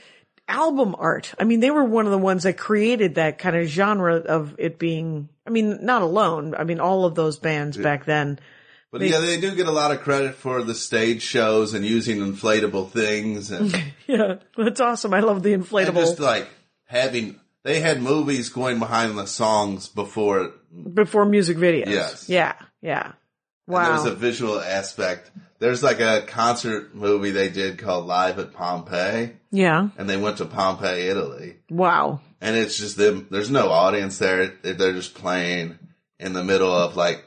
album art. I mean, they were one of the ones that created that kind of genre of it being. I mean, not alone. I mean, all of those bands back then.
But
They-
yeah, they do get a lot of credit for the stage shows and using inflatable things and, and
Yeah, that's awesome. I love the inflatable
just like having. They had movies going behind the songs before.
before music videos.
Yes.
Yeah. Yeah.
There
Wow.
was a visual aspect. There's like a concert movie they did called Live at Pompeii,
yeah.
and they went to Pompeii, Italy.
Wow.
and it's just them. There's no audience there. They're just playing in the middle of like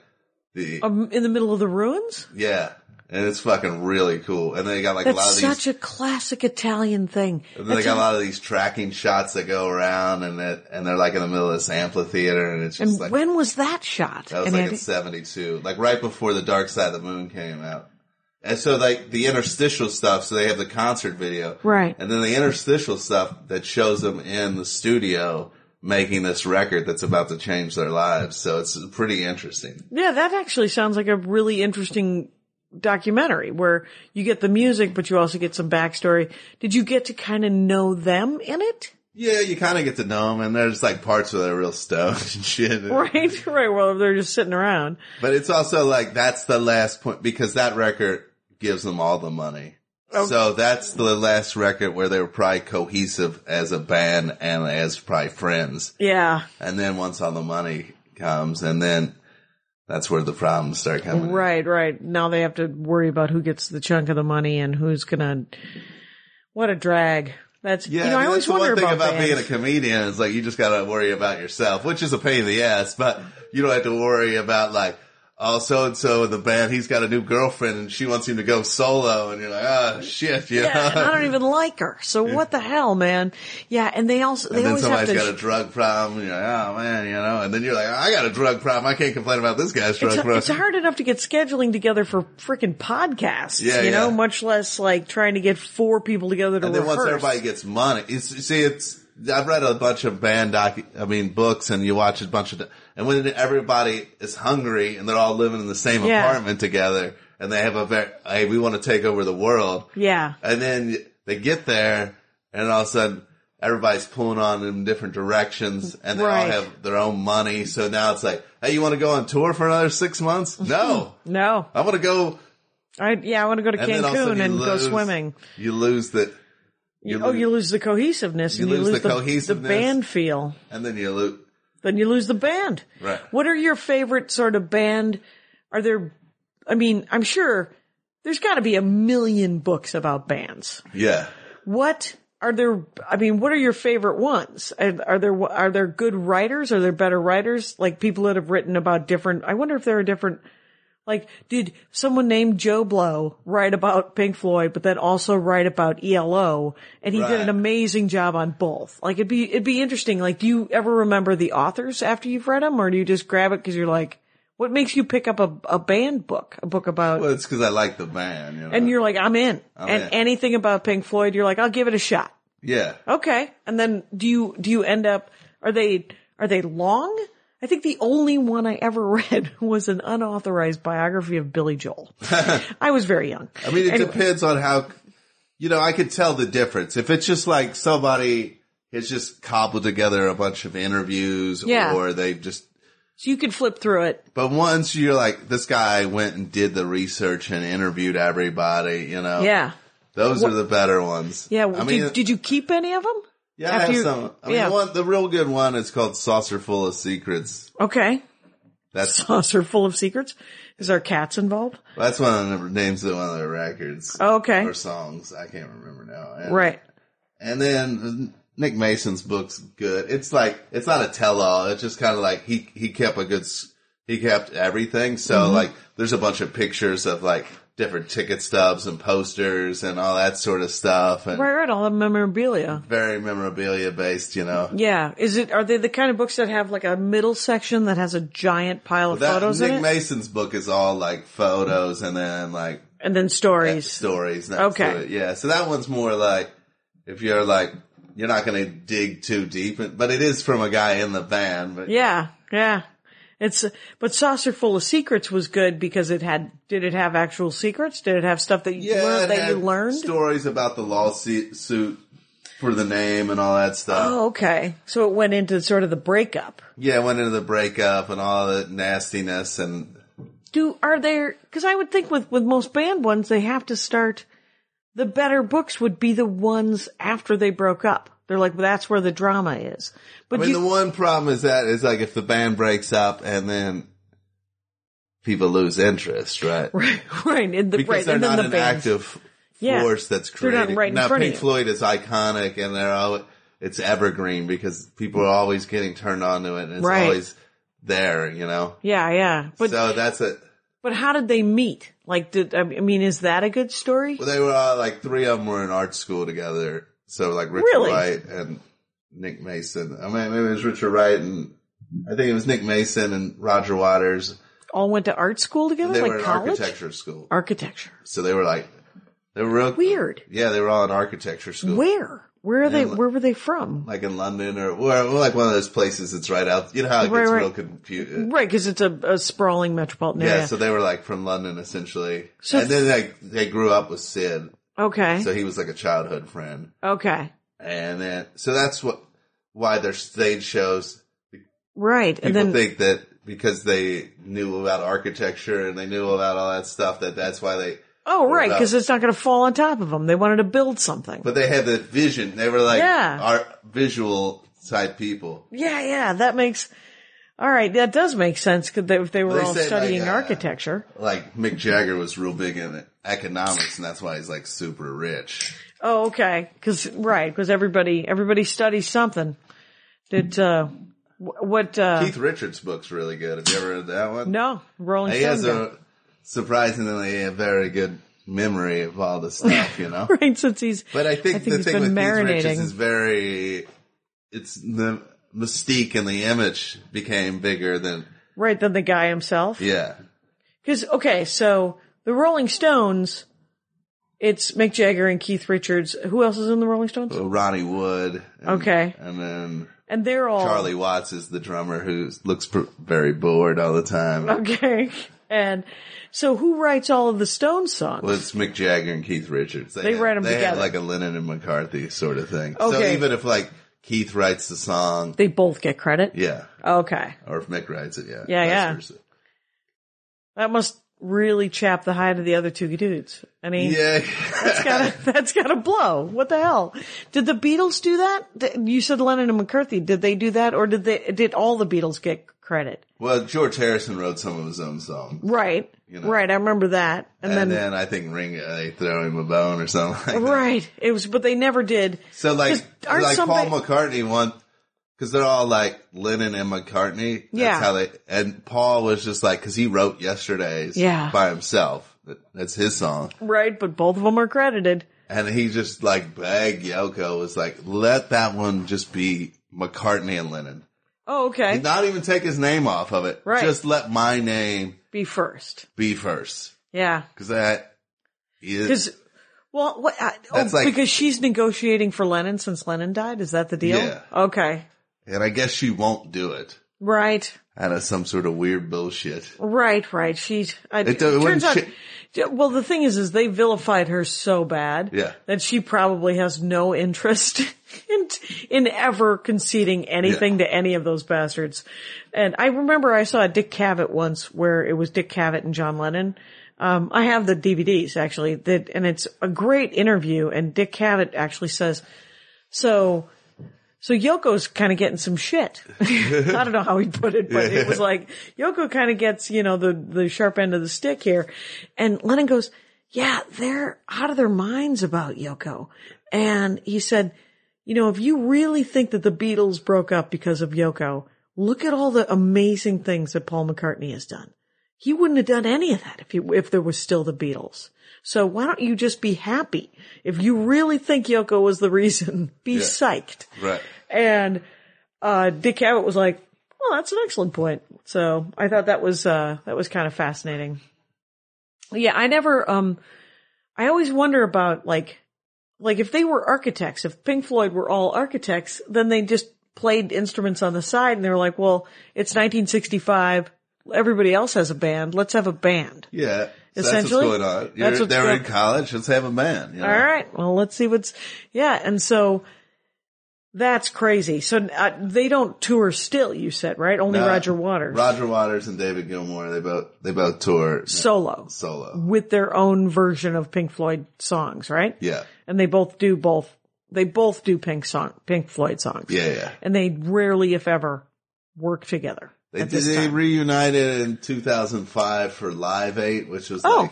the
Um, in the middle of the ruins?
yeah, and it's fucking really cool. And they got like a lot
That's
of
such
these.
a classic Italian thing.
and they
That's
got
a-
a lot of these tracking shots that go around, and it, and they're like in the middle of this amphitheater, and it's just
and
like
when was that shot?
that was
And
like
Andy-
in '72, like right before the Dark Side of the Moon came out. And so like the interstitial stuff, so they have the concert video,
Right.
And then the interstitial stuff that shows them in the studio making this record that's about to change their lives. So it's pretty interesting.
yeah, that actually sounds like a really interesting documentary where you get the music, but you also get some backstory. Did you get to kind of know them in it?
Yeah, you kind of get to know them, and there's like parts where they're real stoned and shit.
Right, right. Well, they're just sitting around.
But it's also like that's the last point because that record gives them all the money.
Oh.
So that's the last record where they were probably cohesive as a band and as probably friends.
Yeah,
And then once all the money comes, and then that's where the problems start coming. in.
right, right. Now they have to worry about who gets the chunk of the money and who's gonna. What a drag. That's
Yeah,
you know I,
I mean,
always
that's the
wonder
one thing about,
bands.
being a comedian is like you just gotta worry about yourself, which is a pain in the ass, but you don't have to worry about like, oh, so and so in the band, he's got a new girlfriend and she wants him to go solo, and you're like, oh shit, you
Yeah, and
know?
I don't even like her. So what the hell, man? Yeah, and they also they
And then
always have
somebody's
to.
got a drug problem, and you're like, oh man, you know, and then you're like, I got a drug problem, I can't complain about this guy's drug
it's,
problem.
it's hard enough to get scheduling together for freaking podcasts,
Yeah,
you know,
yeah.
much less like trying to get four people together to
And then
rehearse.
once everybody gets money, it's, you see, it's, I've read a bunch of band doc, I mean, books and you watch a bunch of, and when everybody is hungry and they're all living in the same
Yeah.
apartment together and they have a very, hey, we want to take over the world.
yeah,
And then they get there and all of a sudden everybody's pulling on in different directions and they
Right.
all have their own money. So now it's like, hey, you want to go on tour for another six months? No,
no,
I want to go.
I yeah, I want to go to
then all of a
Cancun
sudden you
and go
lose-
swimming.
You lose the, you
oh,
lose-
you lose the cohesiveness.
you
and you
lose
lose
the
the, the
cohesiveness.
band feel.
and then you lose.
Then you lose the band.
Right.
What are your favorite sort of band? Are there? I mean, I'm sure there's got to be a million books about bands.
Yeah.
What are there? I mean, what are your favorite ones? Are, are there are there good writers? Are there better writers? Like people that have written about different. I wonder if there are different. Like, did someone named Joe Blow write about Pink Floyd, but then also write about ELO? And he did
Right.
an amazing job on both. Like, it'd be it'd be interesting. Like, do you ever remember the authors after you've read them, or do you just grab it because you're like, what makes you pick up a a band book, a book about?
Well, it's because I like the band. You know?
and you're like, I'm in. and
in.
anything about Pink Floyd, you're like, I'll give it a shot.
yeah,
Okay. And then do you do you end up are they are they long? I think the only one I ever read was an unauthorized biography of Billy Joel. I was very young.
I mean, it
Anyway.
depends on how you know. I could tell the difference if it's just like somebody has just cobbled together a bunch of interviews,
Yeah.
or they just.
So you could flip through it.
But once you're like, this guy went and did the research and interviewed everybody. You know,
Yeah.
those are the better ones.
Yeah.
Oh. I
did,
mean,
did you keep any of them?
yeah, I
after
have
you-
some. I
yeah.
mean, one, the real good one is called Saucer Full of Secrets.
Okay.
That's
Saucer full of secrets. Is our cats involved?
that's one of the names of one of their records.
Okay.
or songs. I can't remember now. And-
Right.
And then Nick Mason's book's good. It's like it's not a tell-all. It's just kind of like he he kept a good s- he kept everything. So
Mm-hmm.
like there's a bunch of pictures of like different ticket stubs and posters and all that sort of stuff and
Right, right. All the memorabilia.
very memorabilia based. You know
Yeah. Is it, are they the kind of books that have like a middle section that has a giant pile of
that
photos
Nick
in it?
Mason's book is all like photos and then like
and then stories.
stories. next to
Okay.
it. Yeah. So that one's more like if you're like you're not going to dig too deep, but it is from a guy in the band. But
Yeah, yeah. It's but saucer full of secrets was good because it had. Did it have actual secrets? Did it have stuff that you
it
learned that you
had
learned?
stories about the lawsuit for the name and all that stuff.
oh, okay. So it went into sort of the breakup.
Yeah, went into the breakup and all the nastiness and
do are there because I would think with with most banned ones they have to start the better books would be the ones after they broke up. They're like that's where the drama is. But
I mean,
you,
the one problem is that is like if the band breaks up and then people lose interest, right?
right, right, in the,
Because
right,
they're
and then
not
the
an
band.
active
Yeah.
force that's
They're not
creating.
right in
now,
front of
Pink
you.
Floyd is iconic, and they're all it's evergreen because people are always getting turned on to it, and it's
Right.
always there, you know.
Yeah, yeah. But
so that's it.
but how did they meet? Like, did I mean, is that a good story?
Well, they were all like three of them were in art school together. So like Richard
Really?
Wright and Nick Mason. I mean, maybe it was Richard Wright and I think it was Nick Mason and Roger Waters.
All went to art school together,
They
like
were in
college
architecture school.
Architecture.
So they were like, they were real
Weird.
Yeah, they were all in architecture school.
Where? Where are they? Where were they from?
Like in London or where, like one of those places that's right out. You know how it
Right,
gets
right.
real confused.
Right, because it's a, a sprawling metropolitan
Yeah,
area.
so they were like from London essentially.
So-
and then like they grew up with Sid.
okay,
So he was like a childhood friend.
okay,
and then so that's what why their stage shows
right,
people
and then
think that because they knew about architecture and they knew about all that stuff that that's why they
oh, right,
about-
because it's not going to fall on top of them. They wanted to build something.
but they had the vision they were like
Yeah.
art visual type people
yeah, yeah, that makes. All right, that does make sense because they, if they were
They
all
say, like,
studying
uh,
architecture.
like Mick Jagger was real big in economics and that's why he's like super rich
Oh, okay. Because right, because everybody everybody studies something. That uh, wh- what? Uh,
Keith Richards book's really good have you ever read that one
no, Rolling
he
Stone.
has
guy.
a surprisingly a very good memory of all the stuff you know
Right, since he's
But I think,
I think
the
he's
thing
been
with Keith
marinating.
Richards is very, it's the mystique and the image became bigger than,
right than the guy himself.
yeah.
Because okay, so the Rolling Stones, it's Mick Jagger and Keith Richards. Who else is in the Rolling Stones?
Ronnie Wood. And,
Okay.
And then
And they're all
Charlie Watts is the drummer who looks pr- very bored all the time.
Okay, and so who writes all of the Stones songs?
Well, it's Mick Jagger and Keith Richards.
They
had-
write 'em
they had
together.
like a Lennon and McCarthy sort of thing. So
Okay.
even if like Keith writes the song,
they both get credit.
yeah.
Okay,
Or if Mick writes it, yeah.
Yeah,
Vice
yeah.
versa.
that must really chap the hide of the other two dudes. I mean,
Yeah.
that's gotta that's gotta blow. What the hell? Did the Beatles do that? Th- You said Lennon and McCarthy. Did they do that, or did they did all the Beatles get credit?
well, George Harrison wrote some of his own songs.
Right,
know.
right. I remember that, and,
and
then.
then I think Ringo they throw him a bone or something. Like that.
Right. It was, but they never did.
So like
'Cause aren't
like
somebody-
Paul McCartney one because they're all like Lennon and McCartney. That's
Yeah.
How they and Paul was just like because he wrote yesterday's
Yeah.
by himself. That- That's his song,
Right, but both of them are credited.
and he just like begged Yoko was like let that one just be McCartney and Lennon.
Oh, okay.
Not even take his name off of it.
Right.
Just let my name
Be first.
be first
Yeah.
because that is.
Because, well, what, I, oh,
That's like-
because she's negotiating for Lennon since Lennon died. Is that the deal?
Yeah.
Okay.
and I guess she won't do it
Right.
out of some sort of weird bullshit.
Right. Right. She's, I,
It
it,
do- it
turns
wouldn't
out,
sh-
Yeah, well, the thing is, is they vilified her so bad
Yeah.
that she probably has no interest in, in ever conceding anything to any of those bastards. And I remember I saw a Dick Cavett once where it was Dick Cavett and John Lennon. Um, I have the DVDs actually that, and it's a great interview and Dick Cavett actually says, so, so Yoko's kind of getting some shit. I don't know how he put it, but it was like Yoko kind of gets, you know, the, the sharp end of the stick here. And Lennon goes, yeah, they're out of their minds about Yoko. And he said, you know, if you really think that the Beatles broke up because of Yoko, look at all the amazing things that Paul McCartney has done. He wouldn't have done any of that if he, if there was still the Beatles. So why don't you just be happy? If you really think Yoko was the reason, be psyched.
Right.
And uh, Dick Cavett was like, "Well, that's an excellent point." So I thought that was uh, that was kind of fascinating. Yeah, I never. Um, I always wonder about like, like if they were architects, if Pink Floyd were all architects, then they just played instruments on the side, and they were like, "Well, it's 1965. Everybody else has a band. Let's have a band."
Yeah. So
Essentially,
that's what's going on.
that's
You're,
what's
they're
going-
in college. Let's have a band. You know?
All right. Well, let's see what's, yeah. And so That's crazy. So uh, they don't tour still, you said, right? Only
Uh,
Roger Waters.
Roger Waters and David Gilmour. They both they both tour
Solo.
solo.
With their own version of Pink Floyd songs, right?
Yeah,
And they both do both, they both do Pink song, Pink Floyd songs.
yeah, yeah.
And they rarely, if ever, work together.
They
at
did,
this
they
time.
reunited in 2005 for Live Eight, which was
Oh.
like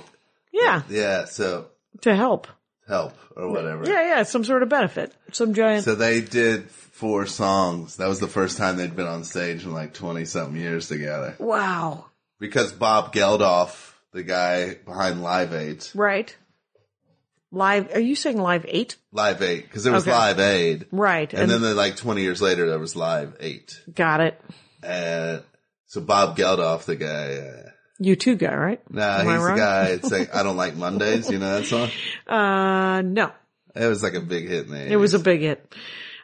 yeah.
yeah, so
To help.
help or whatever.
Yeah, yeah. Some sort of benefit. Some giant.
So they did four songs. That was the first time they'd been on stage in like 20 something years together.
wow.
Because Bob Geldof, the guy behind Live 8,
Right. Live, are you saying live eight?
Live 8, because there was
Okay.
Live Aid.
Right.
And, then, they- like 20 years later, there was Live 8.
got it.
And so Bob Geldof, the guy, uh,
You two guy, right?
nah,
Am I
he's the
wrong?
guy, it's like, I don't like Mondays, you know that song?
Uh, no,
It was like a big hit in the Eh.
it was a big hit.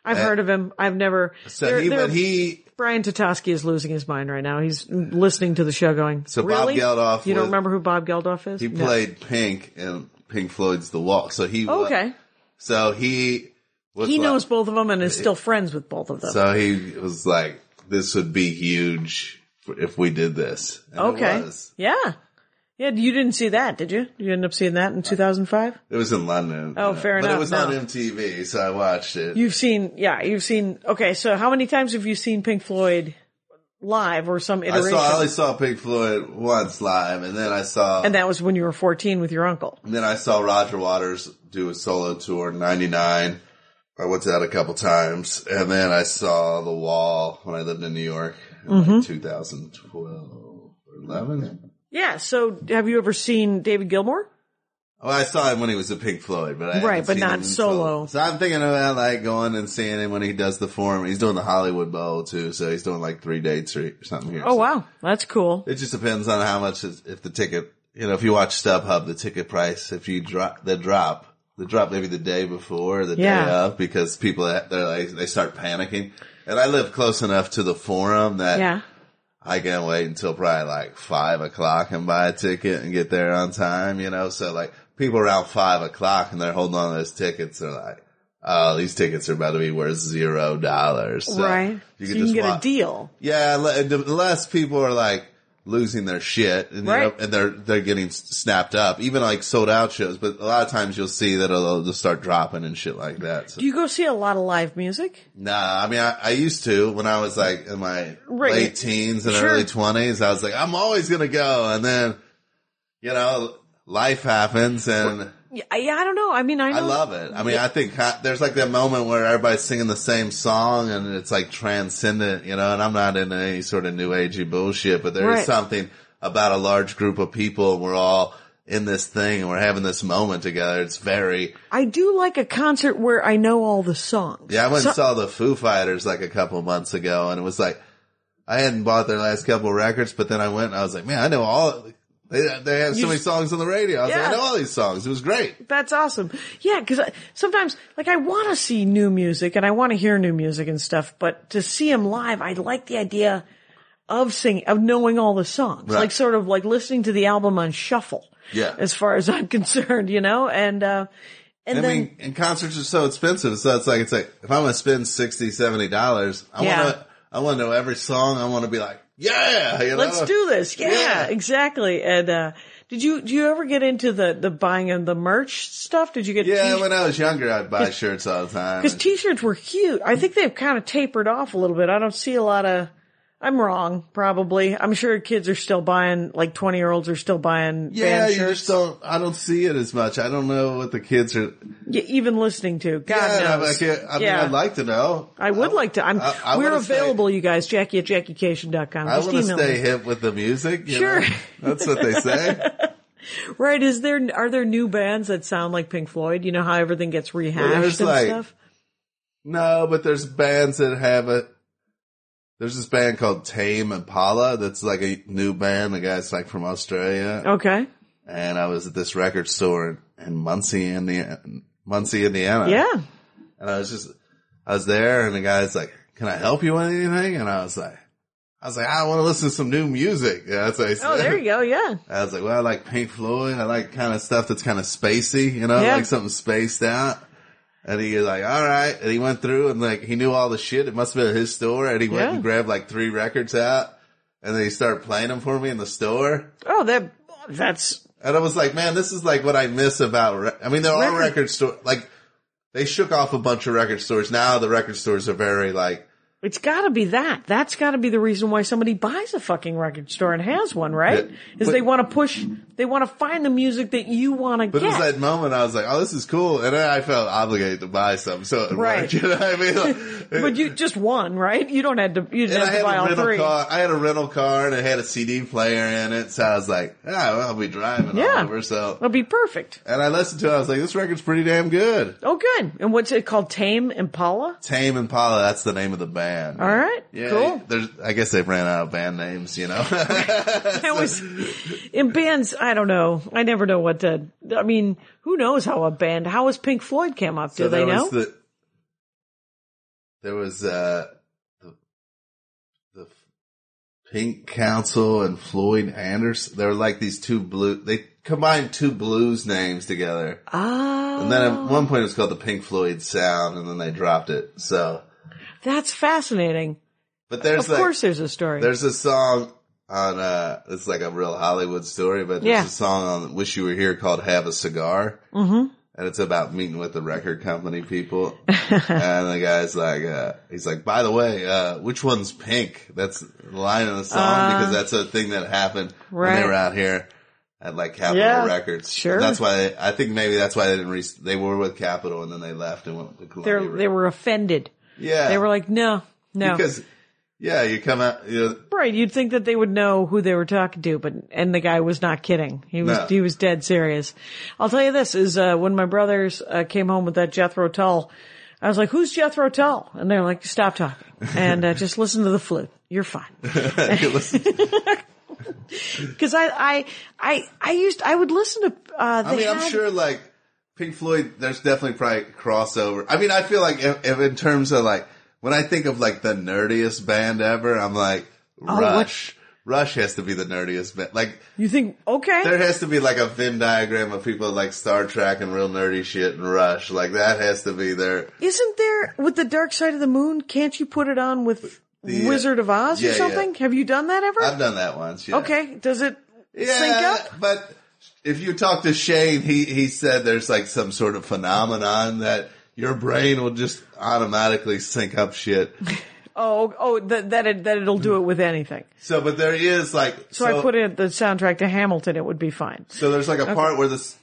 I've heard of him. I've never.
So
they're-
he,
they're-
but he,
Brian Totoski is losing his mind right now. He's listening to the show going,
So Bob
really?
Geldof
You don't
was-
remember who Bob Geldof is?
he
No. Oh,
played Pink and Pink Floyd's The Walk. So he, wa-
okay.
So he was
He
like-
knows both of them and is still friends with both of them.
So he was like, "This would be huge if we did this." And
okay.
it was.
Yeah. Yeah, you didn't see that, did you? You ended up seeing that in 2005?
It was in London.
Oh, fair
but
enough,
it was
no.
on MTV, so I watched it.
You've seen, yeah, you've seen, okay, so how many times have you seen Pink Floyd live or some
I
iteration?
saw. I only saw Pink Floyd once live, and then I saw.
and that was when you were 14 with your uncle.
and then I saw Roger Waters do a solo tour in '99. I went to that a couple times, and then I saw The Wall when I lived in New York in
Mm-hmm.
like 2012 or 11.
Yeah, so have you ever seen David Gilmour?
Well, Oh, I saw him when he was a Pink Floyd, but I haven't
Right, but
seen
not
him in
solo.
So I'm thinking about like going and seeing him when he does the forum. He's doing the Hollywood Bowl too, so he's doing like three dates or or something here.
Oh
So
wow, that's cool.
It just depends on how much is, if the ticket. You know, if you watch StubHub, the ticket price. If you drop the drop, the drop maybe the day before or the day
Yeah.
of, because people they're like they start panicking. And I live close enough to the forum that
Yeah.
I can wait until probably like five o'clock and buy a ticket and get there on time, you know? So like people around five o'clock and they're holding on to those tickets are like, oh, these tickets are about to be worth zero dollars. So
right.
You
so
can
you
just
can get
walk-
a deal.
Yeah. le- and the- Unless people are like losing their shit and, you
Right.
know, and they're, they're getting s- snapped up, even like sold out shows. But a lot of times you'll see that they'll just start dropping and shit like that. So.
Do you go see a lot of live music?
Nah, I mean, I, I used to when I was like in my
Right.
late teens and
Sure.
early twenties. I was like, I'm always gonna go, and then you know, life happens, and
Yeah, I, I don't know. I mean, I,
I
know-
love it. I mean, I think ha- there's like that moment where everybody's singing the same song, and it's like transcendent, you know. And I'm not into any sort of new agey bullshit, but there is
Right.
something about a large group of people, and we're all in this thing, and we're having this moment together. It's very
I do like a concert where I know all the songs.
Yeah, I went
So-
and saw the Foo Fighters like a couple months ago, and it was like I hadn't bought their last couple records, but then I went and I was like, man, I know all. They, they have so
You
many
s-
songs on the radio. I was
Yeah.
like, I know all these songs. It was great.
That's awesome. Yeah, because sometimes, like, I want to see new music and I want to hear new music and stuff, but to see him live, I like the idea of singing, of knowing all the songs,
Right.
like sort of like listening to the album on shuffle.
Yeah.
As far as I'm concerned, you know, and, uh, and
I
then,
mean, and concerts are so expensive, so it's like it's like if I'm gonna spend 60 dollars, I
Yeah.
want to I want to know every song. I want to be like, yeah, you
let's
know?
do this. Yeah,
Uh, Yeah.
exactly. And, uh, did you, do you ever get into the, the buying of the merch stuff? Did you get,
Yeah,
t-
when I was younger, I'd buy shirts all the time.
Because t-shirts were huge. I think they've kind of tapered off a little bit. I don't see a lot of. I'm wrong, probably. I'm sure kids are still buying, like 20 year olds are still buying
yeah,
band
you
shirts.
just don't. I don't see it as much. I don't know what the kids are.
Y- even listening to. God
yeah,
knows.
I, can't- I mean,
Yeah.
I'd like to know.
I would like to. I'm.
I- I
we're
wanna stay-
available, you guys. Jackie at JackieCation.com.
I
Just
want to
email
stay
me.
hip with the music. you
Sure.
know? That's what they say.
Right? Is there are there new bands that sound like Pink Floyd? You know how everything gets rehashed
there's
and
like-
stuff.
no, but there's bands that have a. There's this band called Tame Impala that's like a new band. The guy's like from Australia.
Okay.
And I was at this record store in, in Muncie, Indiana. Muncie, Indiana.
Yeah.
And I was just, I was there and the guy's like, can I help you with anything? And I was like, I was like, I want to listen to some new music. Yeah, that's what I said.
Oh, there you go. Yeah.
I was like, well, I like Pink Floyd. I like kind of stuff that's kind of spacey, you know, I
Yeah.
like something spaced out. And he was like, all right. And he went through and like, he knew all the shit. It must have been his store. And he went
Yeah.
and grabbed like three records out. And then he started playing them for me in the store.
Oh, that that's
And I was like, man, this is like what I miss about, re- I mean, there are
Record-
record store like they shook off a bunch of record stores. Now the record stores are very like,
it's got to be that. That's got to be the reason why somebody buys a fucking record store and has one, right?
Yeah,
Is
but-
they want to push, they want to find the music that you want to
but
get.
it was that moment I was like, oh, this is cool. And then I felt obligated to buy some. So it
Right.
worked. You know what I mean? Like,
but you just one, right? You don't have to. You
eh. And
didn't
I
have to
had
buy
a
all
rental
three.
car. I had a rental car and it had a CD player in it. So I was like, ah, well, I'll be driving
Yeah.
all over. So,
It'll be perfect.
and I listened to it. I was like, this record's pretty damn good.
Oh, good. And what's it called? Tame Impala.
Tame Impala. That's the name of the band.
All right.
Yeah.
Cool.
There's, I guess they've ran out of band names, you know?
That was in bands. I don't know. I never know what to. I mean, who knows how a band? How is Pink Floyd came up? Do
So
they
there
know?
Was the, there was uh, the, the Pink Council and Floyd Anderson. They were like these two blue. They combined two blues names together,
Ah,
and then at one point it was called the Pink Floyd Sound, and then they dropped it. So,
that's fascinating.
but there's
of
like,
course, there's a story.
There's a song on uh it's like a real Hollywood story, but there's
Yeah.
a song on Wish You Were Here called Have a Cigar. Mm-hmm. And it's about meeting with the record company people. and the guy's like uh he's like, By the way, uh which one's pink? That's the line in the song because that's a thing that happened
Uh,
when
right.
they were out here. At like Capitol
Yeah,
Records,
sure.
That's why I think maybe that's why they didn't. Re- they were with Capitol and then they left and went to
They're,
Columbia.
they were offended.
yeah,
They were like, no, no.
because yeah, you come out. You know,
right. You'd think that they would know who they were talking to, but, and the guy was not kidding. He was,
No.
he was dead serious. I'll tell you this is, uh, when my brothers, uh, came home with that Jethro Tull, I was like, who's Jethro Tull? And they're like, stop talking and uh, just listen to the flute. You're fine.
you listen
Cause I, I, I, I used, I would listen to, uh,
I
they
mean, I'm
had-
sure like Pink Floyd, there's definitely probably crossover. I mean, I feel like if, if in terms of like, when I think of like the nerdiest band ever, I'm like,
Oh, what-
Rush. Rush has to be the nerdiest band. Like,
you think, okay.
there has to be like a Venn diagram of people like Star Trek and real nerdy shit and Rush. Like, that has to be their.
Isn't there with the Dark Side of the Moon? Can't you put it on with
The, uh,
Wizard of Oz
yeah,
or
yeah.
something? Have you done that ever?
I've done that once. Yeah.
okay, does it
Yeah,
sync up?
But if you talk to Shane, he, he said there's like some sort of phenomenon that your brain will just automatically sync up shit.
Oh, oh, that that, it, that it'll do it with anything.
So, but there is like,
So, I put in the soundtrack to Hamilton. It would be fine.
So there's like a part where this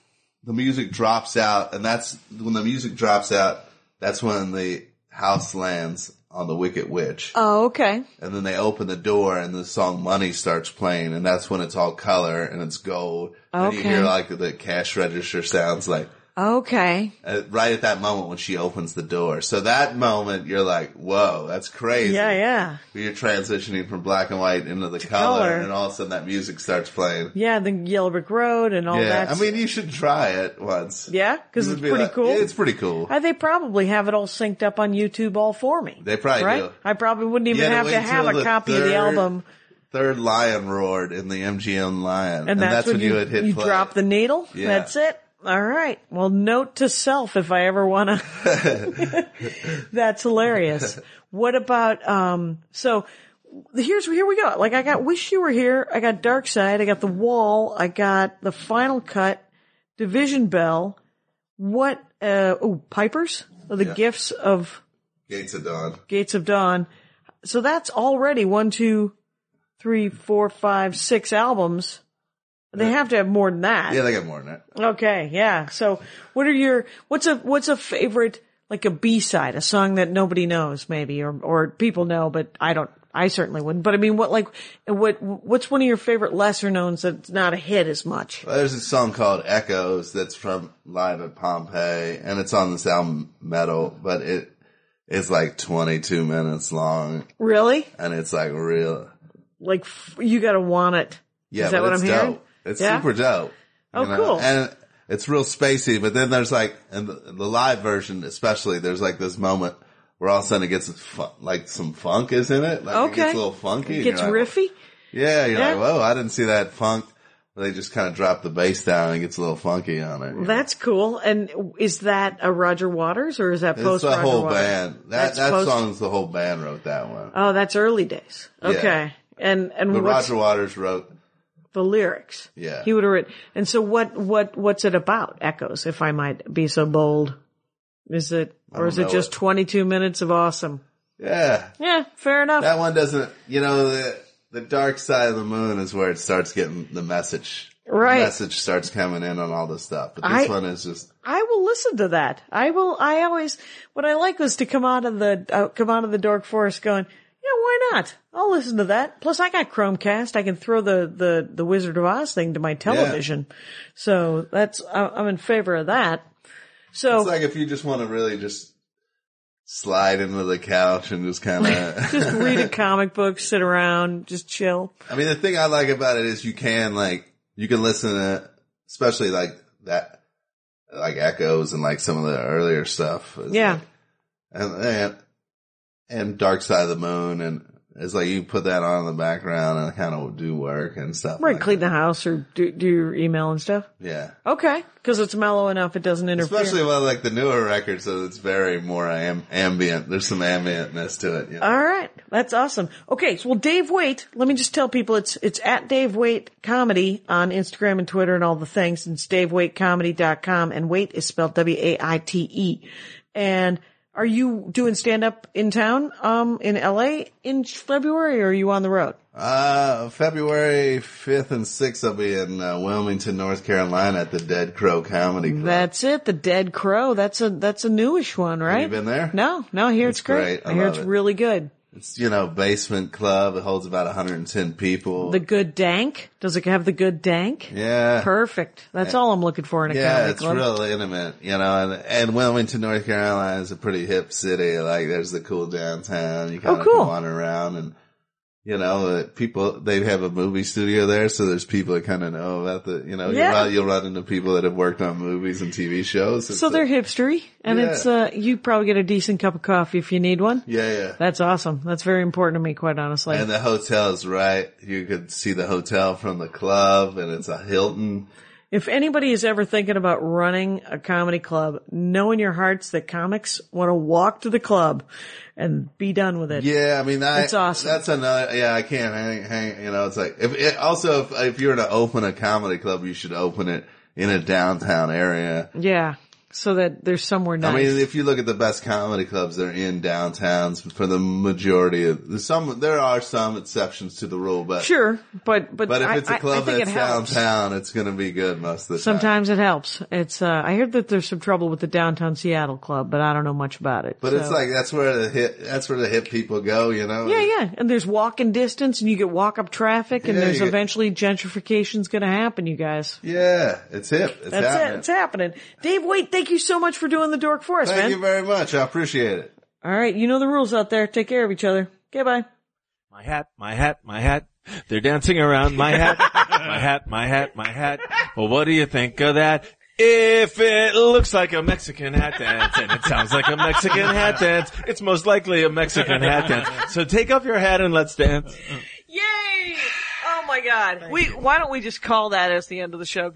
the music drops out, and that's when the music drops out. That's when the house lands on the Wicked Witch,
Oh, okay.
and then they open the door, and the song "Money" starts playing, and that's when it's all color and it's gold, and you
Okay.
hear like the cash register sounds like.
Okay.
uh, Right at that moment when she opens the door. So that moment, you're like, whoa, that's crazy.
Yeah, yeah,
You're transitioning from black and white into the
color.
color, and all of a sudden that music starts playing.
yeah. The Yellow Brick Road and all
Yeah,
that.
I mean, you should try it once.
yeah, because
You
it's
would be
pretty
like,
cool.
yeah, it's pretty cool.
Uh, they probably have it all synced up on YouTube all for me.
They probably
right?
do.
I probably wouldn't even
Yeah,
have
wait
to have
till
a
the
copy of the
third-
album.
Third lion roared in the MGM lion, and, that's, when, you, would hit
you
play.
drop the needle.
Yeah.
That's it. All right. Well, note to self if I ever want to. that's hilarious. What about um? So here's here we go. Like I got Wish You Were Here. I got Dark Side. I got The Wall. I got The Final Cut. Division Bell. What? Uh, oh, Pipers. The Gifts of
Gates of Dawn.
Gates of Dawn. So that's already one, two, three, four, five, six albums. They have to have more than that.
Yeah, they got more than that.
Okay, yeah. So what are your what's a what's a favorite like a B side, a song that nobody knows maybe or or people know but I don't I certainly wouldn't. But I mean what like what what's one of your favorite lesser knowns that's not a hit as much?
Well, there's a song called Echoes that's from Live at Pompeii, and it's on this album Metal, but it it's like 22 minutes long,
Really?
and it's like real.
Like f- you got to want it.
Yeah,
Is that
but
what
it's
I'm
dope.
hearing?
It's
Yeah?
super dope.
Oh, cool.
And it's real spacey, but then there's like, in the, the live version especially, there's like this moment where all of a sudden it gets fu- like some funk is in it. Like
Okay.
it gets a little funky.
It
and
gets
you're like,
riffy.
Yeah, you're
Yeah.
like, whoa, I didn't see that funk. They just kind of drop the bass down and it gets a little funky on it. you know?
That's cool. And is that a Roger Waters or is that
it's
post
the
Roger
whole
Waters?
band. That
That's
that
post-
song's the whole band wrote that one.
Oh, that's early days.
Yeah.
Okay. And and
but
what's
Roger Waters wrote
the lyrics?
Yeah.
He would have written. And so what what what's it about? Echoes, if I might be so bold. Is it or
don't
is it
know
just
it.
22 minutes of awesome?
Yeah.
Yeah, fair enough.
That one doesn't you know, the the dark side of the moon is where it starts getting the message.
Right.
The message starts coming in on all this stuff. But
I-
this one is just
I will listen to that. I will. I always. What I like was to come out of the uh, come out of the dark forest going. Yeah, why not? I'll listen to that. Plus, I got Chromecast. I can throw the the the Wizard of Oz thing to my television. So that's I- I'm in favor of that. So
it's like if you just want to really just slide into the couch and just kind of
just read a comic book, sit around, just chill.
I mean, the thing I like about it is you can like you can listen to, especially like that, like echoes and like some of the earlier stuff. It's
Yeah.
like- and, and and Dark Side of the Moon, and it's like you put that on in the background and kind of do work and stuff.
Right,
like
clean the house or do do your email and stuff.
that. yeah.
Okay, because it's mellow enough, it doesn't interfere.
Especially with like the newer records, so it's very more am- ambient. There's some ambientness to it. You know?
All right. That's awesome. Okay. So, well, Dave Waite, let me just tell people it's, it's at Dave Waite Comedy on Instagram and Twitter and all the things. It's davewaitecomedy.com and Waite is spelled W-A-I-T-E. E. And are you doing stand up in town, um, in LA in February or are you on the road?
Uh, February 5th and 6th, I'll be in uh, Wilmington, North Carolina at the Dead Crow Comedy Club.
That's it. The Dead Crow. That's a, that's a newish one, right?
you been there?
No, no, here it's, great.
great. I
I, hear
love
it's
it.
really good.
It's, you know, basement club. It holds about 110 people.
The good dank. Does it have the good dank?
yeah.
Perfect. That's all I'm looking for in a
yeah,
comedy
it's
club.
real intimate, you know, and, and Wilmington, North Carolina is a pretty hip city. Like there's the cool downtown. You kind of
Oh, cool.
wander around and, you know, uh, people, they have a movie studio there. So there's people that kind of know about the, you know,
Yeah.
you'll, run, you'll run into people that have worked on movies and TV shows. It's
So
a-
they're hipstery, and
Yeah.
it's uh, you probably get a decent cup of coffee if you need one.
yeah, yeah.
That's awesome. That's very important to me, quite honestly.
And uh, the hotel's right. You could see the hotel from the club and it's a Hilton.
if anybody is ever thinking about running a comedy club, know in your hearts that comics want to walk to the club and be done with it.
Yeah, I mean, I,
It's awesome.
That's another. Yeah, I can't hang. hang you know, it's like if it, also if, if you're to open a comedy club, you should open it in a downtown area.
Yeah. So that there's somewhere nice.
I mean, if you look at the best comedy clubs, they're in downtowns for the majority of some. There are some exceptions to the rule, but
sure, but but
But if
I,
it's
I-
a
I
club
think
that's
it helps.
downtown, it's going to be good most of the time.
Sometimes it helps. It's uh, I heard that there's some trouble with the downtown Seattle club, but I don't know much about it.
But it's
so-
like that's where the hit. That's where the hip people go. You know.
Yeah, yeah. And there's walking distance and you get walk up traffic and
Yeah,
there's
you get-
eventually gentrification's gonna happen, you guys.
Yeah, it's hip. It's
That's
happening.
it. It's happening. Dave Wait, thank you so much for doing the dork for us,
Thank
man.
you very much. I appreciate it.
All right. You know the rules out there. Take care of each other. Okay, bye.
My hat, my hat, my hat. They're dancing around my hat, my hat, my hat, my hat. Well, what do you think of that? If it looks like a Mexican hat dance and it sounds like a Mexican hat dance, it's most likely a Mexican hat dance. So take off your hat and let's dance.
Yay! Oh my god. we, why don't we just call that as the end of the show?